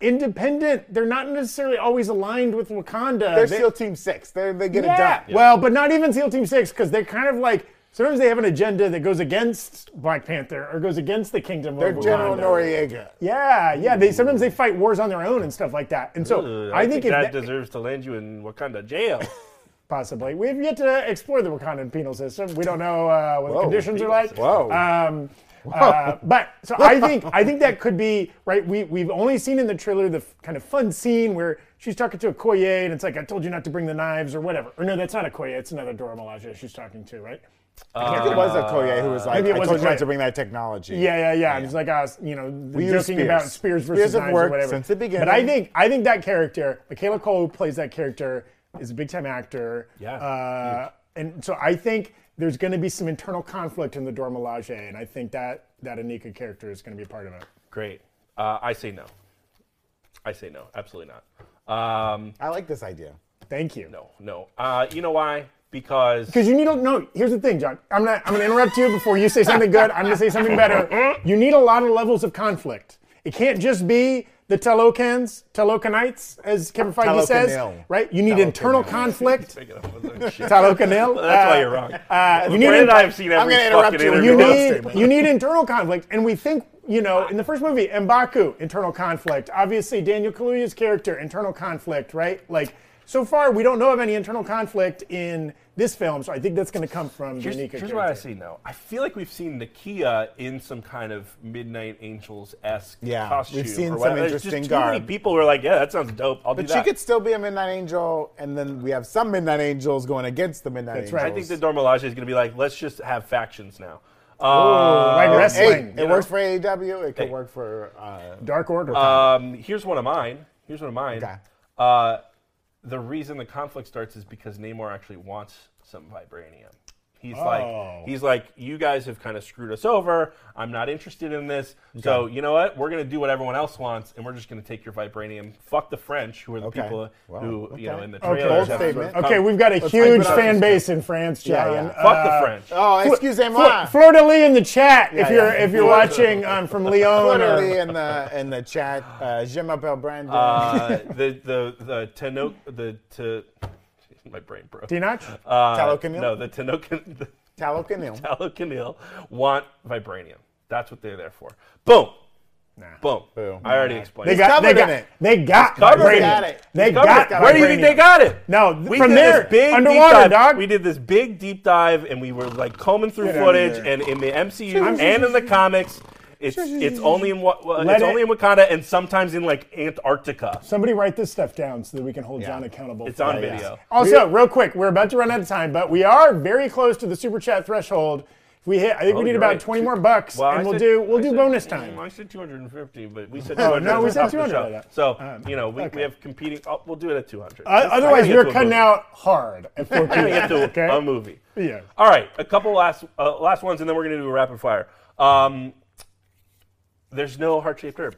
independent. They're not necessarily always aligned with Wakanda.
They're
They-
SEAL Team Six. They're they get
yeah.
it done.
Well, but not even SEAL Team Six because they're kind of like. Sometimes they have an agenda that goes against Black Panther or goes against the Kingdom
They're
of Wakanda.
General Noriega.
Yeah, yeah. They sometimes they fight wars on their own and stuff like that. And so
Ooh,
I, think, if
that
that-
deserves to land you in Wakanda
*laughs*
jail.
possibly. We've yet to explore the Wakandan penal system. We don't know uh, what the conditions are
penal
like.
system.
Whoa.
Um, uh, but so I think I think that could be right. We we've only seen in the trailer the f- kind of fun scene where she's talking to a Koye and it's like I told you not to bring the knives or whatever. Or no, that's not a Koye. It's another Dora Milaje she's talking to, right?
I think it was Okoye who was like,
Uh, Maybe it
I
was
told you not
Okoye.
to bring that technology.
Yeah, yeah, yeah. And it's like I was, you know,
use
joking about
spears.
spears versus
Spears have
knives or
worked
whatever.
since the
But I
beginning.
think I think that character, Michaela Cole, who plays that character, is a big time actor.
Yeah,
Uh, and so I think there's going to be some internal conflict in the Dormilaje, and I think that that Anika character is going to be a part of it.
Great. Uh, I say no. I say no. Absolutely not. Um,
I like this idea.
Thank you.
no, no. Uh, you know why? Because
Because you need to no. Here's the thing, John. I'm not. I'm gonna interrupt you before you say something good. I'm gonna say something better. You need a lot of levels of conflict. It can't just be the Telokans, Telokanites, as Kevin Feige says,
Telokanil.
right? You need internal
Telokanil.
conflict.
Pick it
*laughs*
up. That's *laughs*
Talokanil.
why you're wrong.
Uh, you need
Brandon and I
an-
have seen
I'm
every
gonna
fucking
interrupt you.
interview.
you
Real
need you need internal conflict, and we think you know in the first movie, Mbaku, internal conflict. Obviously, Daniel Kaluuya's character, internal conflict, right? Like so far, we don't know of any internal conflict in this film, so I think that's going to come from
Here's,
the Nika
here's
character.
why I say no. I feel like we've seen Nakia in some kind of Midnight Angels esque
Yeah,
costume.
we've seen
or
some
whatever. There's
interesting
just too many
garb.
people who are like, yeah, that sounds dope. I'll do
But
that.
she could still be a Midnight Angel, and then we have some Midnight Angels going against the Midnight
That's
Angels.
right.
I think that Dormilaje is going to be like, let's just have factions now.
like
Uh,
wrestling.
Hey,
you
it works for AEW. It could
Hey.
work for. Uh,
Dark Order.
um, here's one of mine. Here's one of mine.
Okay.
Uh, the reason the conflict starts is because Namor actually wants some vibranium. He's
Oh.
like, he's like, you guys have kind of screwed us over. I'm not interested in this. So you know what? We're gonna do what everyone else wants, and we're just gonna take your vibranium. Fuck the French, who are the
Okay.
people
Wow.
who you know
Okay.
in the
okay.
trailers.
bold
have
statement.
sort of
okay,
come-
we've got a
keep
huge
it up.
fan base in France, John.
yeah.
Uh,
fuck the French.
oh, excusez-moi.
Fl- Fleur-de-lis in the chat if
Yeah,
you're
yeah.
if you're watching um, from Lyon. or-
Literally in the in the chat, uh, je m'appelle Brandon.
Uh, the the the Tenoch the to my brain broke.
Dinach?
Uh,
Talokanil?
No, the Tenokan *laughs* the
Talo Canil.
Talokanil want vibranium. That's what they're there for. Boom. Boom.
Boom.
I already explained.
They got,
covered
they
in
got
it.
They got
covered in
vibranium.
it.
They
Covered
got
it. Where do you think they
vibranium.
got it?
No, th-
we
from
did
there,
this big
underwater,
deep dive.
dog.
We did this big deep dive, and we were like combing through
Get outta
footage,
here.
and in the MCU and in the comics, It's it's only in Wa- well,
Let
it's
it-
only in Wakanda and sometimes in like Antarctica.
Somebody write this stuff down so that we can hold John accountable.
It's
for
on
it.
video.
Also, real quick, we're about to run out of time, but we are very close to the super chat threshold. If we hit, I think we
Oh,
need
you're
about
right.
20 more bucks,
Well, I
and we'll
said-
do we'll
I
do
said-
bonus
mm,
time.
I said 250, but we said
Oh, *laughs*
200.
no, we
at the
said
top of the
200
show.
right up.
So you know, we,
Um, okay.
we have competing. Oh, we'll do it at 200.
Uh, otherwise,
I
you're
gotta get to a
cutting
movie.
out hard. If we're
*laughs* I gotta
*laughs*
get to
okay?
a movie.
Yeah.
All right, a couple last uh, last ones, and then we're gonna do a rapid fire. Um, there's no heart shaped herb.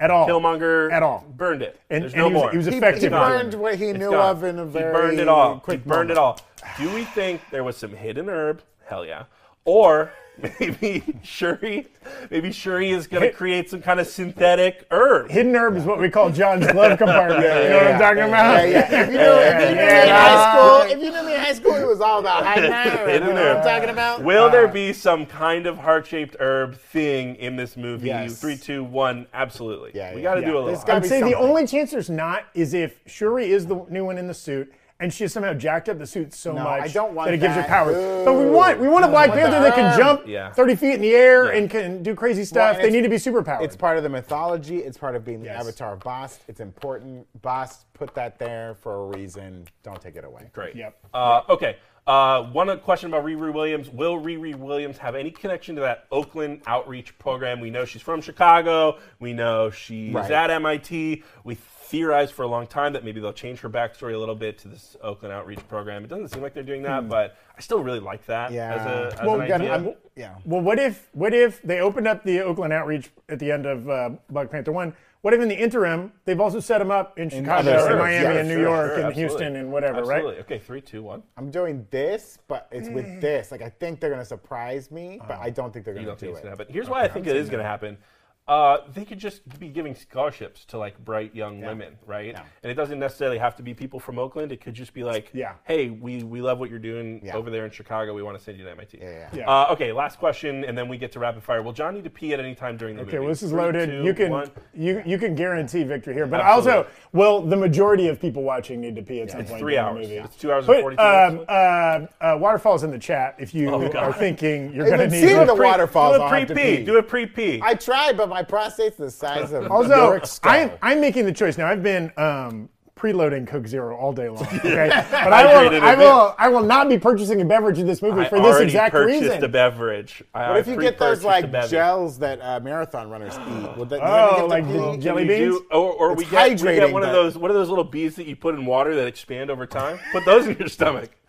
at all.
Killmonger
At all.
burned it.
And-
There's
and
no
he was-
more.
he was
He,
effective
he
It's gone.
burned what he
It's
knew
gone.
of in a
He
very
burned it all. He
quick
burned it all. Do we think there was some hidden herb? Hell yeah. Or maybe Shuri, maybe Shuri is gonna
Hit-
create some kind of synthetic herb.
Hidden herb is what we call
*laughs*
John's glove compartment. you know what I'm talking about?
Yeah,
*laughs*
yeah. If you knew, if you knew me in
Yeah.
high school, if you knew me in high school, it was all about
*laughs*
high power. You
Hidden
know what I'm
herb.
talking about?
Will there be some kind of heart-shaped herb thing in this movie?
Yes.
Three, two, one. Absolutely.
Yeah,
we
yeah,
got to
yeah.
do a little.
There's gotta
I'd
be
say the
something.
only chance there's not is if Shuri is the new one in the suit. And she's somehow jacked up the suit so
No,
much
I don't want
that it gives her
that.
powers. But we
Ooh.
want we want a
I
Black
want
Panther
the
that can
herb.
jump
Yeah.
30 feet in the air
Yeah.
and can do crazy stuff.
and
they
it's-
need to be superpowered.
It's part of the mythology. It's part of being the
Yes.
avatar of Boss. It's important. Boss put that there for a reason. Don't take it away.
Great.
Yep.
Uh, okay. Uh, one other question about Riri Williams. Will Riri Williams have any connection to that Oakland outreach program? We know she's from Chicago. We know she's
Right.
at MIT. We theorized for a long time that maybe they'll change her backstory a little bit to this Oakland outreach program. It doesn't seem like they're doing
Hmm.
that, but I still really like that
Yeah.
as, a, as
Well,
an
we gotta-
idea.
I'm- yeah.
Well, what if what if they opened up the Oakland outreach at the end of uh, Black Panther One? What if in the interim they've also set them up in Chicago,
other
in
cities,
Miami,
yeah,
in New
Sure,
York,
sure,
in
absolutely.
Houston, and whatever?
Absolutely.
Right?
Okay, three, two, one.
I'm doing this, but it's
Mm.
with this. Like I think they're gonna surprise me, but I don't think they're
Uh-huh. You
gonna
don't
do
think it's
it.
gonna happen. Here's why I think it is gonna happen. Uh, they could just be giving scholarships to like bright young women, right? And it doesn't necessarily have to be people from Oakland. It could just be like,
Yeah.
hey, we, we love what you're doing
Yeah.
over there in Chicago. We want to send you to MIT.
yeah.
Yeah.
Uh, okay, last question, and then we get to rapid fire. Will John need to pee at any time during the movie?
Okay, well this is
Three,
loaded.
two,
you can
one.
you you can guarantee victory here, but also
Absolutely.
will the majority of people watching need to pee at some
It's
point?
three
during the
hours.
movie?
It's two hours and
Put,
forty-two
um,
minutes. Oh,
uh, uh, waterfalls in the chat if you are
God.
thinking you're
Even
going to need.
seeing
one.
the
Pre-
waterfalls,
Do
I'll
a
have to
pre pee.
pee.
Do a pre pee.
I tried, but my prostate's the size
*laughs*
of
Also,
York skull.
I'm, I'm making the choice now. I've been um, preloading Coke Zero all day
*laughs*
long. Okay? But I
Hydrated
will,
in
I
a
will, I will not be purchasing a beverage in this movie
I
for this
already
exact
purchased
reason.
a beverage. I
What if you get those
pre-purchased a
like
beverage.
gels that uh, marathon runners eat? Would that,
Oh,
does that
like
make it
the
pee?
jelly
We
beans?
do- or or we
It's
get, we get
hydrating,
one of
but-
those one of those little beads that you put in water that expand over time. Put those in your stomach. *laughs*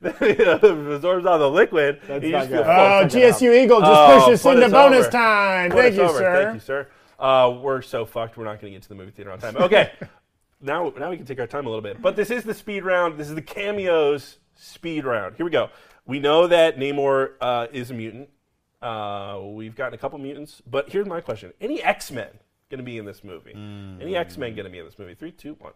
Then it absorbs all the liquid. and you
not
just
good.
feel full.
Oh,
Check it out.
GSU Eagle just
Oh,
pushed us
put
into
us
bonus
over.
time.
Put
Thank
us
you,
over.
sir.
Thank you, sir. Uh, we're so fucked. We're not going to get to the movie theater on
*laughs*
time. Okay, now now we can take our time a little bit. But this is the speed round. This is the cameos speed round. Here we go. We know that Namor uh, is a mutant. Uh, we've gotten a couple mutants, but here's my question: Any X Men going to be in this movie?
Mm.
Any X Men going to be in this movie? Three, two, one.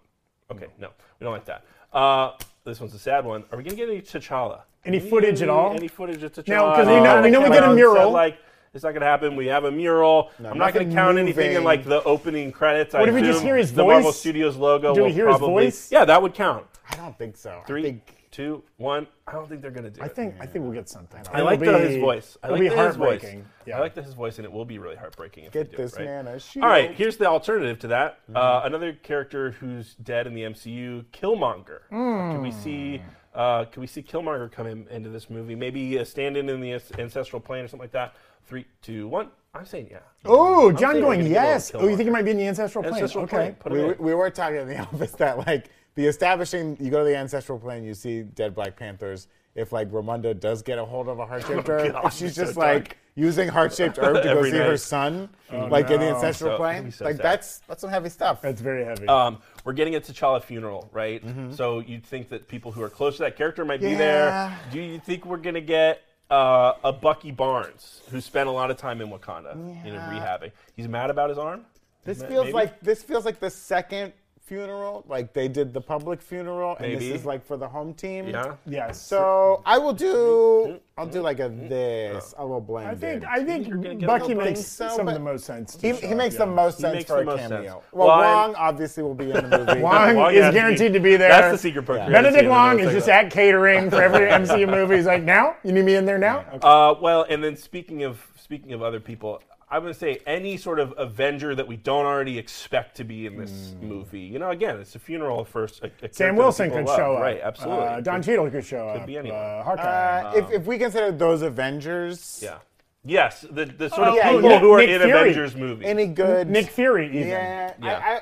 Okay, no, we don't like that. Uh, this one's a sad one. Are we going to get any T'Challa?
Any footage at all?
Any footage of T'Challa?
'cause we know- we know we get a mural.
Satellite like it's not going to happen. We have a mural. I'm not going
nothing
to count anything in
moving.
like the opening credits. What
if we just hear his
The Marvel
voice?
Studios logo.
Do we
will
hear his
probably-
voice?
Yeah, that would count.
I don't think so. I
Three,
think
two, one. I don't think they're going to do
I
it.
think I think we'll get something.
I like the, his voice. I
It'll
like
be
the, his voice.
heartbreaking.
I like the, his voice, and it will be really heartbreaking. If
Get
they do
this
it, right?
man a shield.
All right, here's the alternative to that.
Mm-hmm.
Uh, another character who's dead in the MCU, Killmonger. Can we
Mm.
see? Uh, can we see Killmonger come in, into this movie? Maybe a stand-in in the as- ancestral plane or something like that. Three, two, one. I'm saying yeah.
Oh,
I'm saying
John
we're
going
gonna get a
yes.
little
Oh, you think
Killmonger.
it might be in the ancestral plane?
Ancestral
okay.
plane. Put it
We,
in.
were- we were talking in the *laughs* office that like the establishing you go to the ancestral plane, you see dead Black Panthers. If like Ramonda does get a hold of a heart
*laughs*
shaped herb,
Oh, God,
she's
it's so
just like
dark.
using heart shaped
*laughs*
herb to go
Every
see her
night. Oh,
son, like in the ancestral
So- it'd be
plane.
so
like
sad.
that's that's some heavy stuff.
That's very heavy.
Um, we're getting a T'Challa funeral, right?
Mm-hmm.
So you'd think that people who are close to that character might be
Yeah.
there. Do you think we're gonna get uh, a Bucky Barnes who spent a lot of time in Wakanda in
Yeah.
rehabbing? He's mad about his arm.
this
Ma-
feels
maybe?
like this feels like the second funeral. Like they did the public funeral, and
Maybe.
this is like for the home team.
Yeah. Mm-hmm.
yes.
So I will do. I'll do like a this. I will blend.
I think
in.
I think
gonna get
Bucky
something.
makes
So,
some of
but
the most sense. to
He,
Shaw,
he makes
yeah.
the most sense
makes
for
the
a
most
cameo.
sense.
Well,
Wong-
Wong obviously will be
*laughs*
in the movie. Uh,
Wong is
has
guaranteed to be there.
That's the secret part.
Benedict Wong is just at catering for every MCU movie. He's like, now you need me in there now. Okay.
Uh, well, and then speaking of speaking of other people, I'm gonna say any sort of Avenger that we don't already expect to be in this movie. You know, again, it's a funeral first.
Mm. Sam Wilson could show up.
right? Absolutely.
Uh, Don Cheadle could show up.
be anyone.
Uh, Hawkeye.
Uh, if, if we consider those Avengers,
yeah. Yes, the, the sort of
yeah,
people
yeah.
who are
Nick
in
Fury.
Avengers movies.
any good
Nick Fury, even.
Yeah,
Uh, Yeah.
I, I,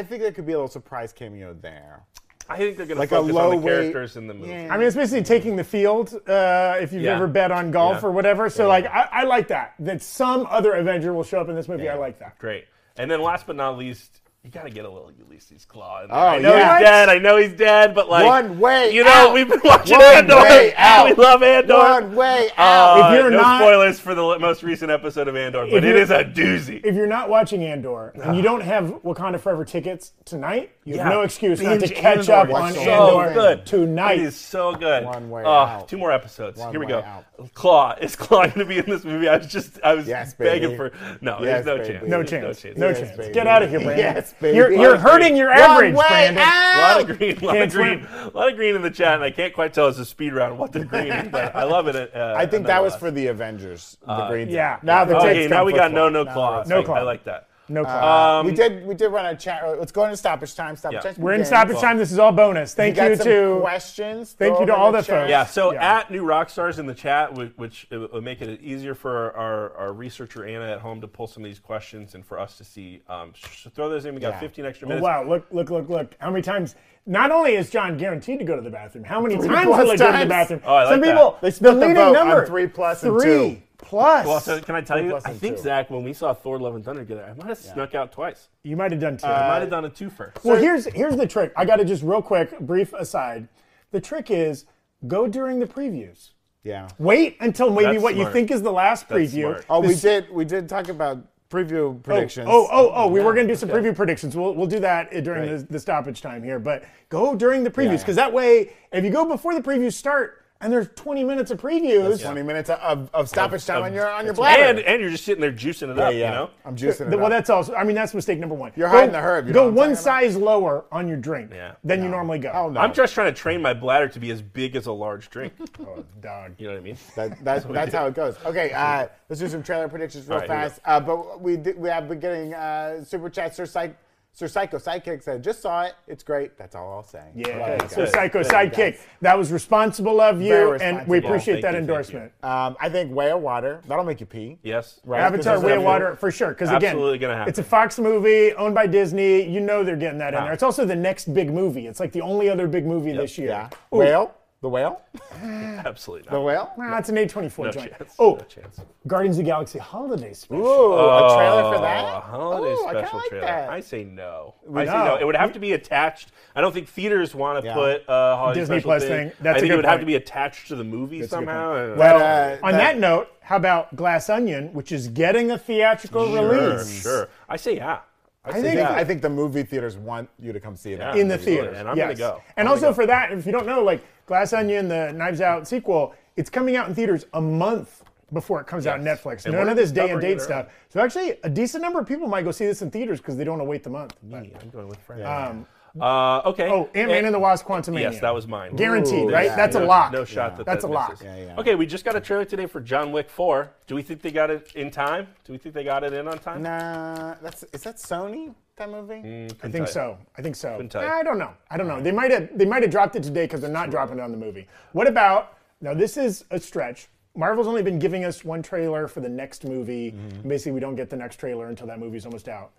I think there could be a little surprise cameo there.
I think they're gonna
Like a
focus
low
on the
weight-
characters in the movie.
Yeah.
I mean, it's basically taking the field uh, if you've
Yeah.
ever bet on golf
Yeah.
or whatever. So, like, I, I like that. That some other Avenger will show up in this movie. I like that.
Great. And then last but not least, you gotta get a little Ulysses Claw. In there.
Oh,
I know
yeah.
he's dead. I know he's dead. But like
One way
you know,
out.
we've been watching
One
Andor.
way out.
We love Andor.
One way out.
Uh,
If you're
no
not-
spoilers for the l- most recent episode of Andor, but it
you're-
is a doozy.
If you're not watching Andor and you don't have Wakanda Forever tickets tonight, you have
Ah. Yeah.
no excuse not to
Binge
catch
Andor
up
is
on
so
Andor
good.
tonight.
It is so good.
One way
Ugh,
out.
Two more episodes.
One
Here we
way
go.
out.
Claw is Claw going to be in this movie? I was just I was
Yes,
begging
baby.
for no.
Yes,
there's no
baby.
chance.
no
There's
chance. No chance.
Yes, baby.
Get out of here, Brandon.
Yes, baby.
You're, you're hurting your average,
One way
Brandon.
A lot of
out.
green, a lot of
Can't
green,
swim.
a lot of green in the chat, and I can't quite tell it's a speed round what the green is, but I love it. Uh,
*laughs* I think that was
nonetheless.
for the Avengers. The green.
Uh, yeah.
Now the
Okay,
takes
now
come
we got no
football. Now
no claw.
the
No
I-
claw.
I like that. Um,
No
takes-
problem.
Uh, we did we did run a chat. Let's go into stoppage time. Stoppage
Yeah.
time.
um, We're in
begins.
stoppage time. This is all bonus. Thank
got
you
some
to
questions.
thank
Throw
you to
them in
all the
chat.
folks.
Yeah, so
Yeah.
at New Rockstars in the chat, which, which it would make it easier for our, our researcher Anna at home to pull some of these questions and for us to see. Um, so throw those in. We got
Yeah.
15 extra
Oh,
minutes.
wow, look, look, look, look. How many times? Not only is John guaranteed to go to the bathroom, how many times
plus
will he go to the
times.
bathroom?
Oh, I like
Some
that.
people,
They split the
leading
vote on
number,
three plus and
three
two.
plus.
Well, so can I tell you?
plus
I
and
think
two.
Zach, when we saw Thor: Love and Thunder together, I might have snuck out twice.
you might have done two.
I might have Uh, done a twofer.
well, here's here's the trick. I got to just real quick, brief aside. The trick is go during the previews.
Yeah.
Wait until maybe
That's
what you
smart.
think is the last
That's
preview.
smart.
Oh, we did we did talk about preview predictions.
Oh, oh, oh! We were going to do some preview predictions. We'll we'll do that uh, during the, the stoppage time here, but go during the previews
yeah.
because that way, if you go before the previews start and there's 20 minutes of previews,
Twenty minutes of, of stoppage time
of-
on your on your bladder.
And and you're just sitting there juicing it up. You know.
uh, I'm juicing it.
Th- well,
up.
that's also. I mean, that's mistake number one.
You're hiding the herb, you know
go
what I'm
one
talking about?
size lower on your drink
Yeah.
than you normally go.
Hell no.
I'm just trying to train my bladder to be as big as a
*laughs*
large drink. you
Oh, dog.
know what I mean?
That, *laughs* that's that's how it goes. Okay, uh, let's do some trailer predictions real
All right, here we
fast. Uh, but we did, we have been getting uh, super chats. Sir, Psych, Sir Psycho Sidekick said, "Just saw it. It's great. That's all I'll say." Love
Yeah.
you
so
guys.
psycho
Love you
sidekick.
guys.
That was responsible of you,
Very
and we
responsible.
appreciate
Thank
that
you, thank you.
endorsement.
Um, I think Way of Water. That'll make you pee.
Yes.
Right.
Avatar:
This is
Way of
definitely-
Water for sure. Because again,
Absolutely gonna happen.
it's a Fox movie owned by Disney. You know they're getting that in there. It's also the next big movie. It's like the only other big movie this year.
Yeah.
Ooh,
Whale. The whale.
Absolutely
The
not.
whale.
nah, it's an A24
No
joint.
*laughs*
chance.
Oh,
No chance.
Guardians of the Galaxy Holiday Special.
Ooh, Oh, a trailer for that.
Oh, A holiday
Ooh, I kinda
special
like
trailer.
that.
I say no. I say
know.
no. It would have to be attached. I don't think theaters want to
Yeah.
put a holiday
Disney
special
Plus
thing.
thing. That's
I
a
think it
good
would have
point.
to be attached to the movie
That's a good
somehow. I don't know.
Well,
But, uh,
on
that-
that note, how about Glass Onion, which is getting a theatrical
sure,
release
sure. I say yeah. I,
I
say
I
think-
think,
yeah.
I think the movie theaters want you to come see that
Yeah.
in the
Absolutely.
theater.
And I'm gonna go. I'm
And
gonna
also
go.
for that, if you don't know, like Glass Onion, the Knives Out sequel, it's coming out in theaters a month before it comes out on
Yes.
Netflix.
And
None
we're
of this day and
covering it
date
early.
stuff. So actually, a decent number of people might go see this in theaters because they don't want to wait the month. But,
I'm going with Frank.
um,
Uh, okay.
oh, Ant Man and the Wasp: Quantumania.
Yes, that was mine.
Guaranteed, right?
yeah,
That's
no-
a lock.
No shot. That
That's
that
a lock.
misses.
Yeah, yeah.
Okay, we just got a trailer today for John Wick 4. Do we think they got it in time? Do we think they got it in on time?
Nah, that's is that Sony that movie?
Mm.
I think so. I think so.
tell you.
I don't know. I don't know. They might have they might have dropped it today because they're not dropping it on the movie. What about now? This is a stretch. Marvel's only been giving us one trailer for the next movie.
Mm-hmm.
and Basically, we don't get the next trailer until that movie's almost out.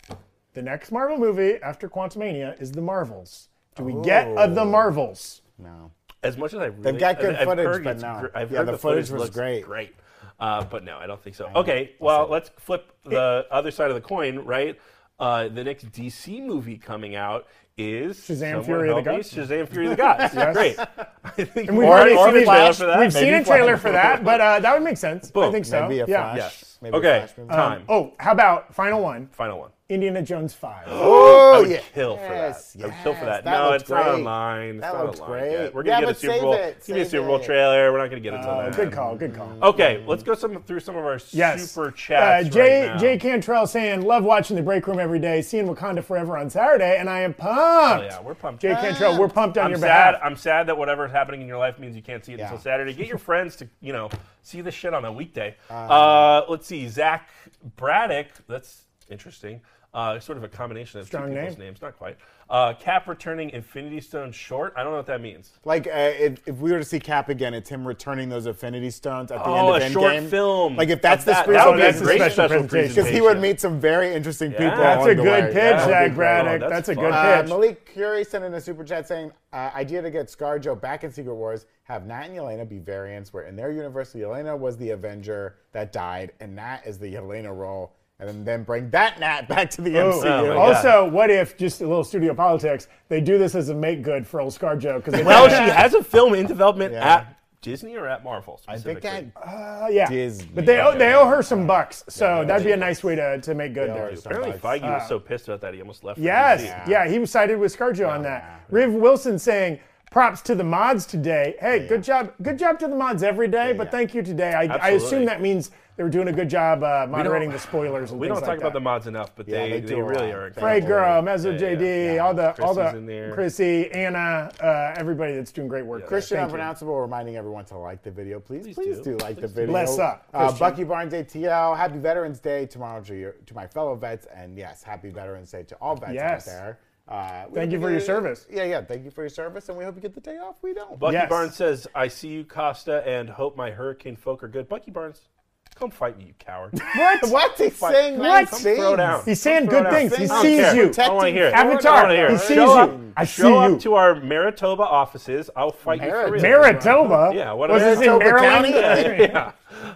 The next Marvel movie after Quantumania is the Marvels. Do we get a
Oh.
the Marvels?
No.
As much as I really,
They've got good
I've
footage,
heard
but
it's
no.
gr- I've
Yeah,
heard
the
footage,
footage was
looks
great.
Great, uh, but no, I don't think so. Okay, well, let's flip the other side of the coin, right? Uh, the next DC movie coming out is someone
Fury of the
help me,
Gods?
Shazam! Fury of
*laughs*
the Gods. Great. *laughs* I think
We've
we've
already
already seen a
seen
trailer
Flash.
for that.
We've seen
Flash.
a trailer for that, but uh, that would make sense. I
Boom.
think so.
Maybe a
yeah.
Flash.
Yes.
Maybe a
okay.
Flash movie.
Time.
Oh, how about final one?
Final one.
Indiana Jones Five.
I *gasps*
Oh,
would kill for
Yes,
that. I would kill for
yes,
that.
that
no,
looks
it's not
great.
online. It's
That
not
looks
online yet.
great.
We're
Yeah,
gonna get
but
a Super
save
Bowl.
it,
It's gonna be a
save
Super Bowl
it.
trailer. We're not gonna get it until
Uh,
then.
good call. Good call.
Okay, let's go some through some of our
Yes.
super
Uh,
chats.
Jay
right now.
Jay Cantrell saying, "Love watching the break room every day, seeing Wakanda forever on Saturday, and I am pumped." pumped.
Oh, yeah, we're pumped.
Jay Cantrell, we're pumped on
I'm
your
sad.
behalf.
I'm sad that whatever is happening in your life means you can't see it
Yeah.
until Saturday. Get your friends to you know see this shit on
*laughs*
a weekday. Uh, let's see, Zach Braddock. That's interesting. Uh, sort of a combination of
Strong
two people's
name.
names, not quite. Uh, Cap returning Infinity Stone short. I don't know what that means.
Like uh, if, if we were to see Cap again, it's him returning those Affinity Stones at the
Oh,
end
a
of Endgame.
short film.
Like if that's
Of
the
that,
spirit,
that would be a
that's
that's
the
great
special
special
presentation.
because
presentation.
he would meet some very interesting people.
That's
That's
along
a
the
good
way.
pitch,
Yeah.
That would
Zach
be
Braddock.
fun.
That's,
That's
a good
fun.
Uh,
pitch.
Malik Curie sent in a super chat saying, uh, "Idea to get ScarJo back in Secret Wars. Have Nat and Yelena be variants, where in their universe, Yelena was the Avenger that died, and Nat is the Yelena role, and then, then bring that Nat *laughs* back to the
Oh,
MCU."
my God.
also, what if just a little studio politics? They do this as a make good for old ScarJo because
Well, she has a film in development
Yeah.
at Disney or at Marvel.
I think
specifically?
that
Uh, yeah,
Disney.
but they owe, they owe her some bucks, so that'd be a nice way to, to make good
They
there.
owe us some
Apparently,
bucks.
Feige was so pissed about that he almost left. for
Yes,
DC.
yeah. he was sided with ScarJo on that. Riv Wilson saying, "Props to the mods today. Hey, good job, good job to the mods every day, but
yeah.
thank you today. I, I
Absolutely.
assume that means they were doing a good job uh, moderating the spoilers and
We don't
things
talk
like
about the
that.
mods enough, but
Yeah,
they,
they
they,
do a
really
lot.
are.
Thank
Fray
incredible.
Girl, Mezzo
Yeah, yeah,
JD,
yeah.
all the all
Chrissy's in
the
there.
Chrissy, Anna, uh, everybody that's doing great work.
Christian
Thank you.
Unpronounceable reminding everyone to like the video. Please, please,
Please
do.
do.
like the video.
Bless up,
Uh,
Christian.
Bucky Barnes ATL, happy Veterans Day tomorrow to, your, to my fellow vets. And yes, happy Veterans Day to all vets
Yes.
out there. Uh, we
Thank
hope
you for your
get-
service.
Yeah, yeah. Thank you for your service. And we hope you get the day off. We don't.
Bucky
Yes.
Barnes says, "I see you, Costa, and hope my hurricane folk are good." Bucky Barnes, come fight me, you
*laughs*
coward.
What?
What's he saying?
What?
nice
Come throw
things?
down.
He's saying
Come throw
good
down.
things. He
I don't
sees
care.
you.
I don't want to hear it.
Avatar,
I don't wanna hear
he
it.
sees
show
you.
Up,
I see
show
you.
up to our Manitoba offices. I'll fight you for real. *laughs*
Manitoba.
Yeah, what
was
a-
this in
Manitoba
Maryland?
County?
*laughs*
yeah.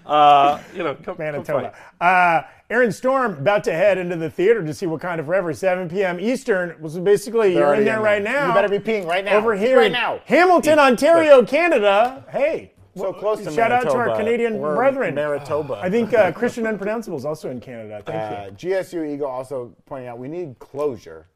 Uh, you know, come, Come
Manitoba.
fight.
Uh, Aaron Storm about to head into the theater to see Wakanda Forever, 7 p.m. Eastern. Was basically you're in
already
there
in
right
there.
now.
You better be peeing right now.
Over here
Right
in
now.
Hamilton, Ontario, Canada. Hey,
So close to
shout out to our
Manitoba
Canadian
or
brethren.
Manitoba.
I
*laughs*
think uh, Christian Unpronounceable is also in Canada. Thank you.
Uh, GSU Eagle also pointing out we need closure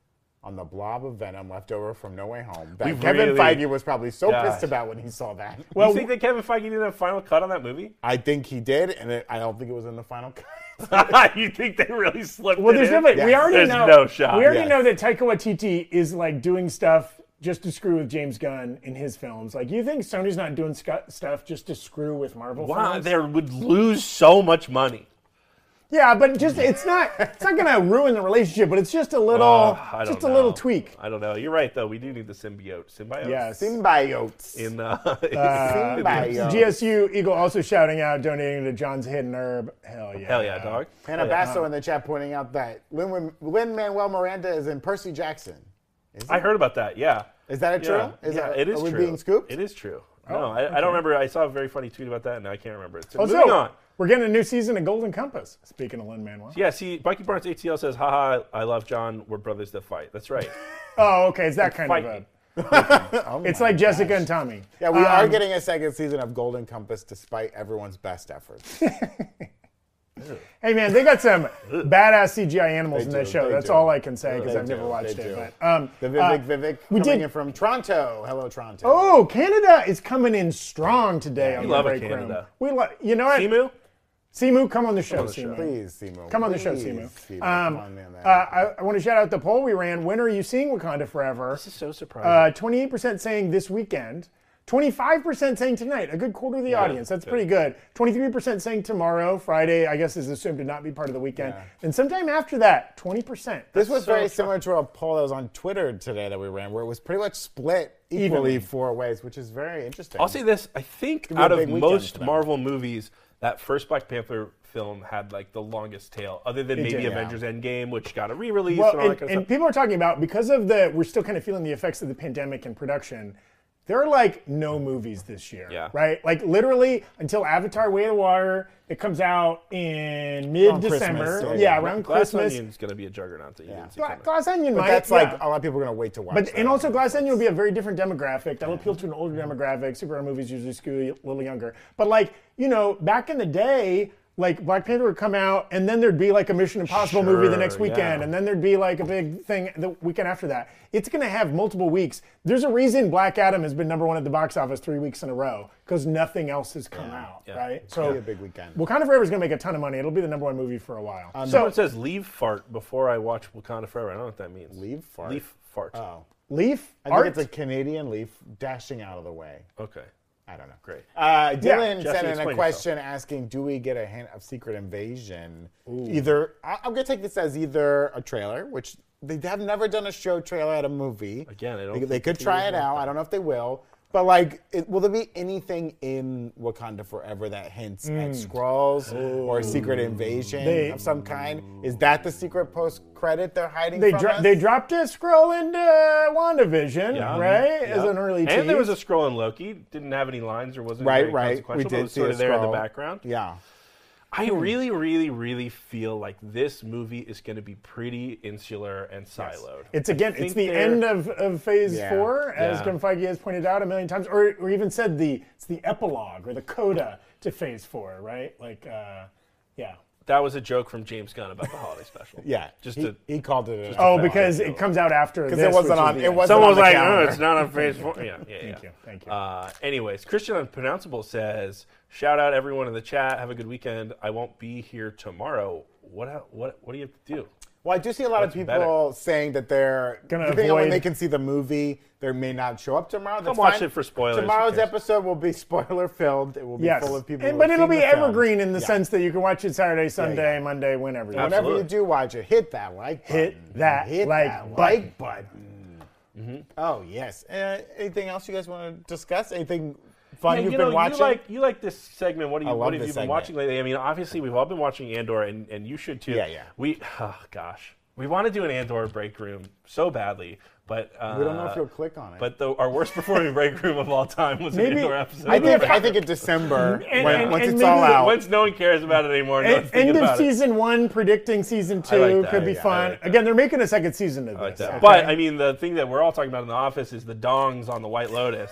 on the blob of venom left over from No Way Home. That
We
Kevin
really-
Feige was probably so
Gosh.
pissed about when he saw that.
you think that Kevin Feige did a final cut on that movie?
I think he did, and it, I don't think it was in the final cut.
*laughs* you think they really slipped
Well,
it
there's
in?
no. We
Yes.
already
There's
know.
no shot.
We already
Yes.
know that Taika Waititi is like doing stuff just to screw with James Gunn in his films. Like, you think Sony's not doing scu- stuff just to screw with Marvel?
Wow,
films?
they would lose so much money.
Yeah, but just it's not. It's not going to ruin the relationship, but it's just a
Oh,
little,
Uh, I don't
just a little
know.
tweak.
I don't know. You're right, though. We do need the symbiote. Symbiote?
Yes.
Symbiotes.
In, *laughs* uh,
Symbiote.
GSU Eagle also shouting out, donating to John's Hidden Herb. Hell yeah.
Hell yeah, dog.
Hannah Basso in the chat pointing out that Lin Manuel Miranda is in Percy Jackson.
I heard about that. Yeah.
Is that a true?
Yeah,
Is
yeah,
that,
it is
are we
true.
being scooped?
It is true. no, I, I don't remember. I saw a very funny tweet about that, and I can't remember it. Oh, So
Also,
moving on.
Oh, we're getting a new season of Golden Compass. Speaking of Lin Manuel.
Yeah, see, Bucky Barnes ATL says, haha, I love John. We're brothers that fight. That's *laughs* right.
Oh, okay. It's that kind
Fight
of a.
me.
Oh
It's
my
like Jessica
gosh.
and Tommy.
Yeah, we are
Um,
getting a second season of Golden Compass despite everyone's best
*laughs*
efforts.
Uh, Hey man, they got
*laughs*
some badass CGI animals in
do,
that show.
they
That's
do.
all I can say because
They
I've
do,
never watched
they
it.
do.
But um,
The
uh,
Vivek Vivek
we
coming
did-
in from Toronto. Hello, Toronto.
oh, Canada is coming in strong today on
love
the
a
break room.
Canada.
We love, you know what?
Emu?
Simu, come on the show, Simu.
Please, Simo.
Come on the show,
Please,
Simu.
Simo.
Um,
Come on, man, man.
uh, I, I want to shout out the poll we ran. When are you seeing Wakanda Forever?
This is so surprising.
Uh, 28% saying this weekend. 25% saying tonight. A good quarter of the audience. That's pretty good. 23% saying tomorrow, Friday, I guess is assumed to not be part of the weekend. And sometime after that, 20%.
this was
so
very
attra-
similar to a poll that was on Twitter today that we ran, where it was pretty much split equally four ways, which is very interesting.
I'll say this. I think
be a
out
big
of
weekend for
most
them.
Marvel movies, that first Black Panther film had like the longest tail, other than maybe
did. Yeah.
Avengers Endgame, which got a re-release
Well,
and all
and,
that kind of
and
stuff.
people are talking about because of the we're still kind of feeling the effects of the pandemic and production. There are like no movies this year,
Yeah.
right? Like literally until Avatar: Way of the Water that comes out in mid-December,
Christmas, yeah.
yeah, around
Glass
Christmas.
Onion's gonna be a juggernaut that you didn't see
Gla-
coming.
Glass Onion
but
might,
that's
yeah.
like a lot of people are going to wait to watch.
But
that.
and also Glass Onion will be a very different demographic. That'll appeal to an older demographic. Superhero movies usually skew a little younger. But like you know, back in the day, like Black Panther would come out, and then there'd be like a Mission Impossible movie the
Sure,
next weekend,
yeah.
and then there'd be like a big thing the weekend after that. It's gonna have multiple weeks. There's a reason Black Adam has been number one at the box office three weeks in a row because nothing else has come out,
yeah.
right?
It'll
So
be a big weekend. Um,
Wakanda Forever is gonna make a ton of money. It'll be the number one movie for a while. so
Someone says leave fart before I watch Wakanda Forever. I don't know what that means.
Leave fart?
Leave fart.
Oh.
Leaf
I
art.
think it's a Canadian leaf dashing out of the way.
Okay.
I don't know.
Great.
Uh, Dylan
Jesse,
sent in a
explain
question asking, "Do we get a hint of Secret Invasion?" Either I, I'm gonna take this as either a trailer, which they have never done a show trailer at a movie.
Again, I don't
they, they
think
could
they
try
would
it
want
out. I don't know if they will. But like, it, will there be anything in Wakanda Forever that hints
Hmm.
at Skrulls or a Secret Invasion
They-
of some kind? Is that the secret post credit they're hiding
They,
from
dro-
us?
they dropped a scroll into WandaVision,
Yeah.
right?
Yeah.
As an early
And there was
tease.
a scroll in Loki. Didn't have any lines or wasn't
right,
very
right.
consequential,
We
but
did
it was
see
sort
a
of there in the
scroll.
background.
Yeah.
I really, really, really feel like this movie is going to be pretty insular and siloed.
It's again,
I
it's the
think they're-
end of, of phase
Yeah.
four, as
Yeah.
Kim Feige has pointed out a million times, or, or even said the it's the epilogue or the coda to phase four, right? Like, uh, yeah.
That was a joke from James Gunn about the holiday special.
*laughs* Yeah,
Just
he,
to.
he called it. a-
Oh, because it comes out after because
it wasn't on- it wasn't
Someone
on
was
the
like,
calendar.
"Oh, it's not
*laughs*
on phase four. Yeah, yeah,
Thank
yeah.
you, thank you.
Uh, anyways, Christian Unpronounceable says, "Shout out everyone in the chat. Have a good weekend. I won't be here tomorrow. What? ha- What? What do you have to do?
Well, I do see a lot of
That's
people saying that they're
Gonna
depending on when
avoid-
they can see the movie, they may not show up tomorrow. That's
Come watch
fine.
it for spoilers, who
Tomorrow's
cares?
episode will be *laughs* spoiler filled. It will be
yes,
full of people.
And-
who
but
have
it'll
seen
be
the film.
evergreen in the
Yeah.
sense that you can watch it Saturday, Sunday, Monday, whenever. you want.
Whenever you
Absolutely.
do watch it, hit that like button.
Hit that
hit
like
that
button.
like button. Oh yes. Uh, anything else you guys want to discuss? Anything fun
Yeah,
Uh, you've
you
been
know,
watching?
You like, you like this segment. What, do you,
love
what have
this
you been
segment.
watching lately? I mean, obviously, we've all been watching Andor, and, and you should too.
Yeah, yeah.
We, *sighs* oh, gosh. We want to do an Andor break room so badly, but. Uh,
we don't know if you'll click on it.
But the, our worst performing break room of all time was
Maybe-
an Andor episode.
I
*laughs*
think I think in December,
And-
when,
and-
once
and
it's all
maybe-
out,
Once no one cares about it anymore, no
E-
one's thinking
End of
about it.
season one, predicting season two
like that.
could be
Yeah, I
fun.
like that.
Again, they're making a second season of
I like
this.
that.
okay?
But I mean, the thing that we're all talking about in the office is the dongs on the White Lotus.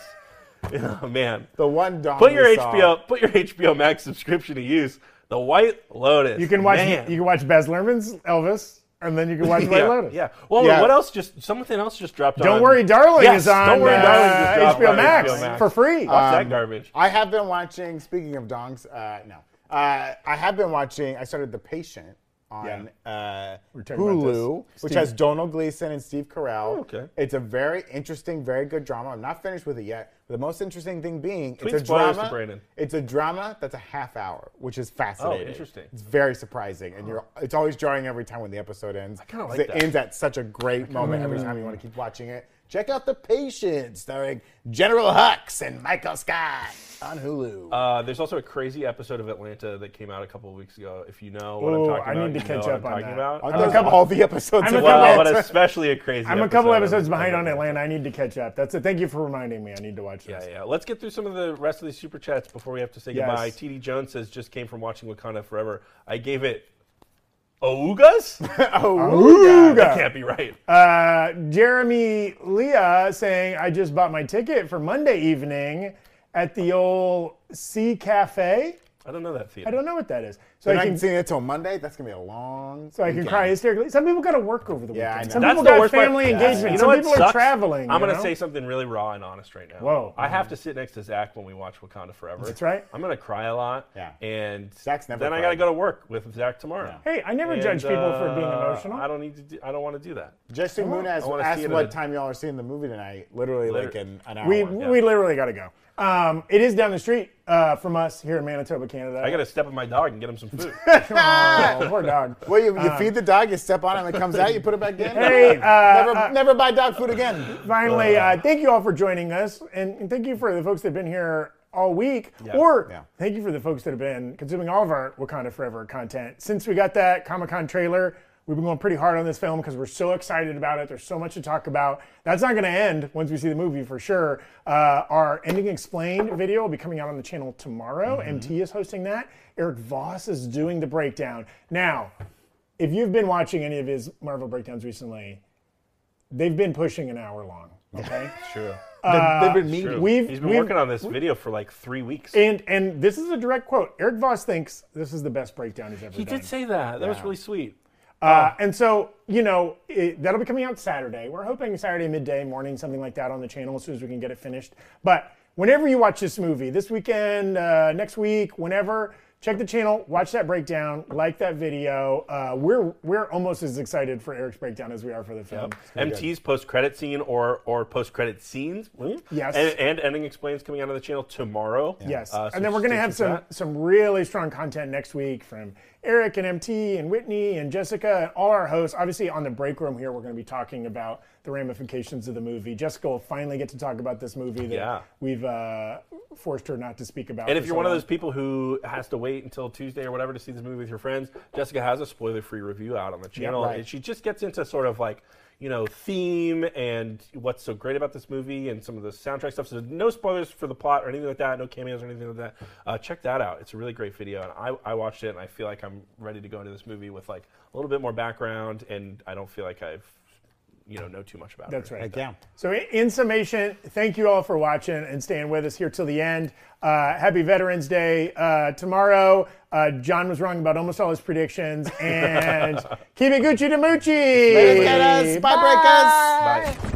*laughs* oh man,
the one dong
put your
we saw-
HBO put your HBO Max subscription to use. The White Lotus.
you can watch
Man.
you can watch Baz Luhrmann's Elvis, and then you can watch White
*laughs* yeah,
Lotus.
Yeah. Well,
Yeah.
what else? Just something else just dropped.
Don't
on.
worry, Darling
Yes,
is on
Don't worry,
uh,
Darling. Just dropped
HBO,
on
Max
HBO Max
for free.
Watch
Um,
that garbage.
I have been watching. Speaking of dongs, uh, no, uh, I have been watching. I started The Patient on uh,
talking about
Hulu,
this.
which
Steve.
has Donald Gleason and Steve Carell.
Oh, okay.
it's a very interesting, very good drama. I'm not finished with it yet. The most interesting thing being,
Tweet
it's a
spoilers to
drama.
Brandon. Oh,
It's a drama that's a half hour, which is fascinating.
interesting.
It's very surprising, and you're.
Oh.
It's always jarring every time when the episode ends.
kinda
'cause it
like that.
ends at such a great moment every time you want to keep watching it. Check out The Patient, starring General Hux and Michael Scott on Hulu.
Uh, there's also a crazy episode of Atlanta that came out a couple of weeks ago. If you know what
Ooh,
I'm talking
I
about,
need to
you know
catch
what
up
I'm
on
talking
that.
about.
I'm
Uh,
Aren't
a
those
couple-
all the episodes
I'm a
of
couple-
well,
Atlanta?
That's
but
right.
especially a crazy.
I'm a couple
episode of
episodes behind on
Atlanta.
Atlanta. I need to catch up. That's it. Thank you for reminding me. I need to watch
Yeah,
this.
yeah. Let's get through some of the rest of these super chats before we have to say
Yes.
goodbye. TD Jones says just came from watching Wakanda Forever. I gave it
*laughs*
Ougas?
Oh, Ooga.
that can't be right.
Uh, Jeremy Leah saying, I just bought my ticket for Monday evening at the old Sea Cafe.
I don't know that theater.
I don't know what that is. So
We're
I
not
can,
seeing it till Monday. That's gonna be a long.
so I can cry hysterically. Some people got to work over the
Yeah, I
weekend.
know.
Some
That's
people
the
got
worst part.
family
Yeah.
engagement.
You know
Some
what
people
sucks?
are traveling.
I'm
you
gonna
know?
say something really raw and honest right now.
Whoa.
I have to sit next to Zach when we watch Wakanda Forever.
That's right.
I'm gonna cry a lot.
Yeah.
And
Zach's never
Then I
cried.
gotta go to work with Zach tomorrow.
Hey, I never
And,
judge people for being
uh,
emotional.
I don't need to. Do, I don't want to do that.
Jesse Moon asked
I wanna see
asked
it
what
in-
time y'all are seeing the movie tonight. Literally
Liter-
like in an hour.
we we literally got to go. Um, it is down the street uh, from us here in Manitoba, Canada. *laughs*
I gotta step on my dog and get him some food.
oh, poor dog.
well, you, you feed the dog, you step on him, it comes out, you put it back in.
um, *laughs* Hey, uh,
never,
uh,
never buy dog food again.
Finally, uh, thank you all for joining us, and, and thank you for the folks that have been here all week, or
Yeah.
thank you for the folks that have been consuming all of our Wakanda Forever content. Since we got that Comic Con trailer, we've been going pretty hard on this film because we're so excited about it. There's so much to talk about. That's not going to end once we see the movie for sure. Uh, our ending explained video will be coming out on the channel tomorrow.
Mm-hmm.
MT is hosting that. Eric Voss is doing the breakdown now. If you've been watching any of his Marvel breakdowns recently, they've been pushing an hour long. Okay.
True.
They've been meeting.
True.
We've-
He's been
Uh, we've-
working on this video for like three weeks.
and and this is a direct quote. Eric Voss thinks this is the best breakdown he's ever
He
done.
did say that. That was really sweet.
Uh, and so, you know, it, that'll be coming out Saturday. We're hoping Saturday midday morning, something like that, on the channel as soon as we can get it finished. But whenever you watch this movie, this weekend, uh, next week, whenever, check the channel, watch that breakdown, like that video. Uh, we're we're almost as excited for Eric's breakdown as we are for the film.
MT's post credit scene or or post credit scenes. hmm?
Yes.
And, and ending explains coming out on the channel tomorrow.
Yes,
Uh, so
and then we're gonna
stick
have
with
some
that.
some really strong content next week from Eric and MT and Whitney and Jessica and all our hosts. Obviously, on the break room here, we're gonna be talking about the ramifications of the movie. Jessica will finally get to talk about this movie that
Yeah.
we've uh, forced her not to speak about.
And
for
if you're
so
one of
long.
those people who has to wait until Tuesday or whatever to see this movie with your friends, Jessica has a spoiler-free review out on the channel,
right.
and she just gets into sort of like you know theme and what's so great about this movie and some of the soundtrack stuff. So no spoilers for the plot or anything like that, no cameos or anything like that. Uh, check that out. It's a really great video, and I, I watched it and I feel like I'm ready to go into this movie with like a little bit more background, and I don't feel like I've you know know too much about it.
That's right.
Yeah.
So, i- in summation, thank you all for watching and staying with us here till the end. Uh, happy Veterans Day uh, tomorrow. Uh, John was wrong about almost all his predictions. And keep it Gucci to Moochie.
Let's get us. Bye, breakers.
Bye.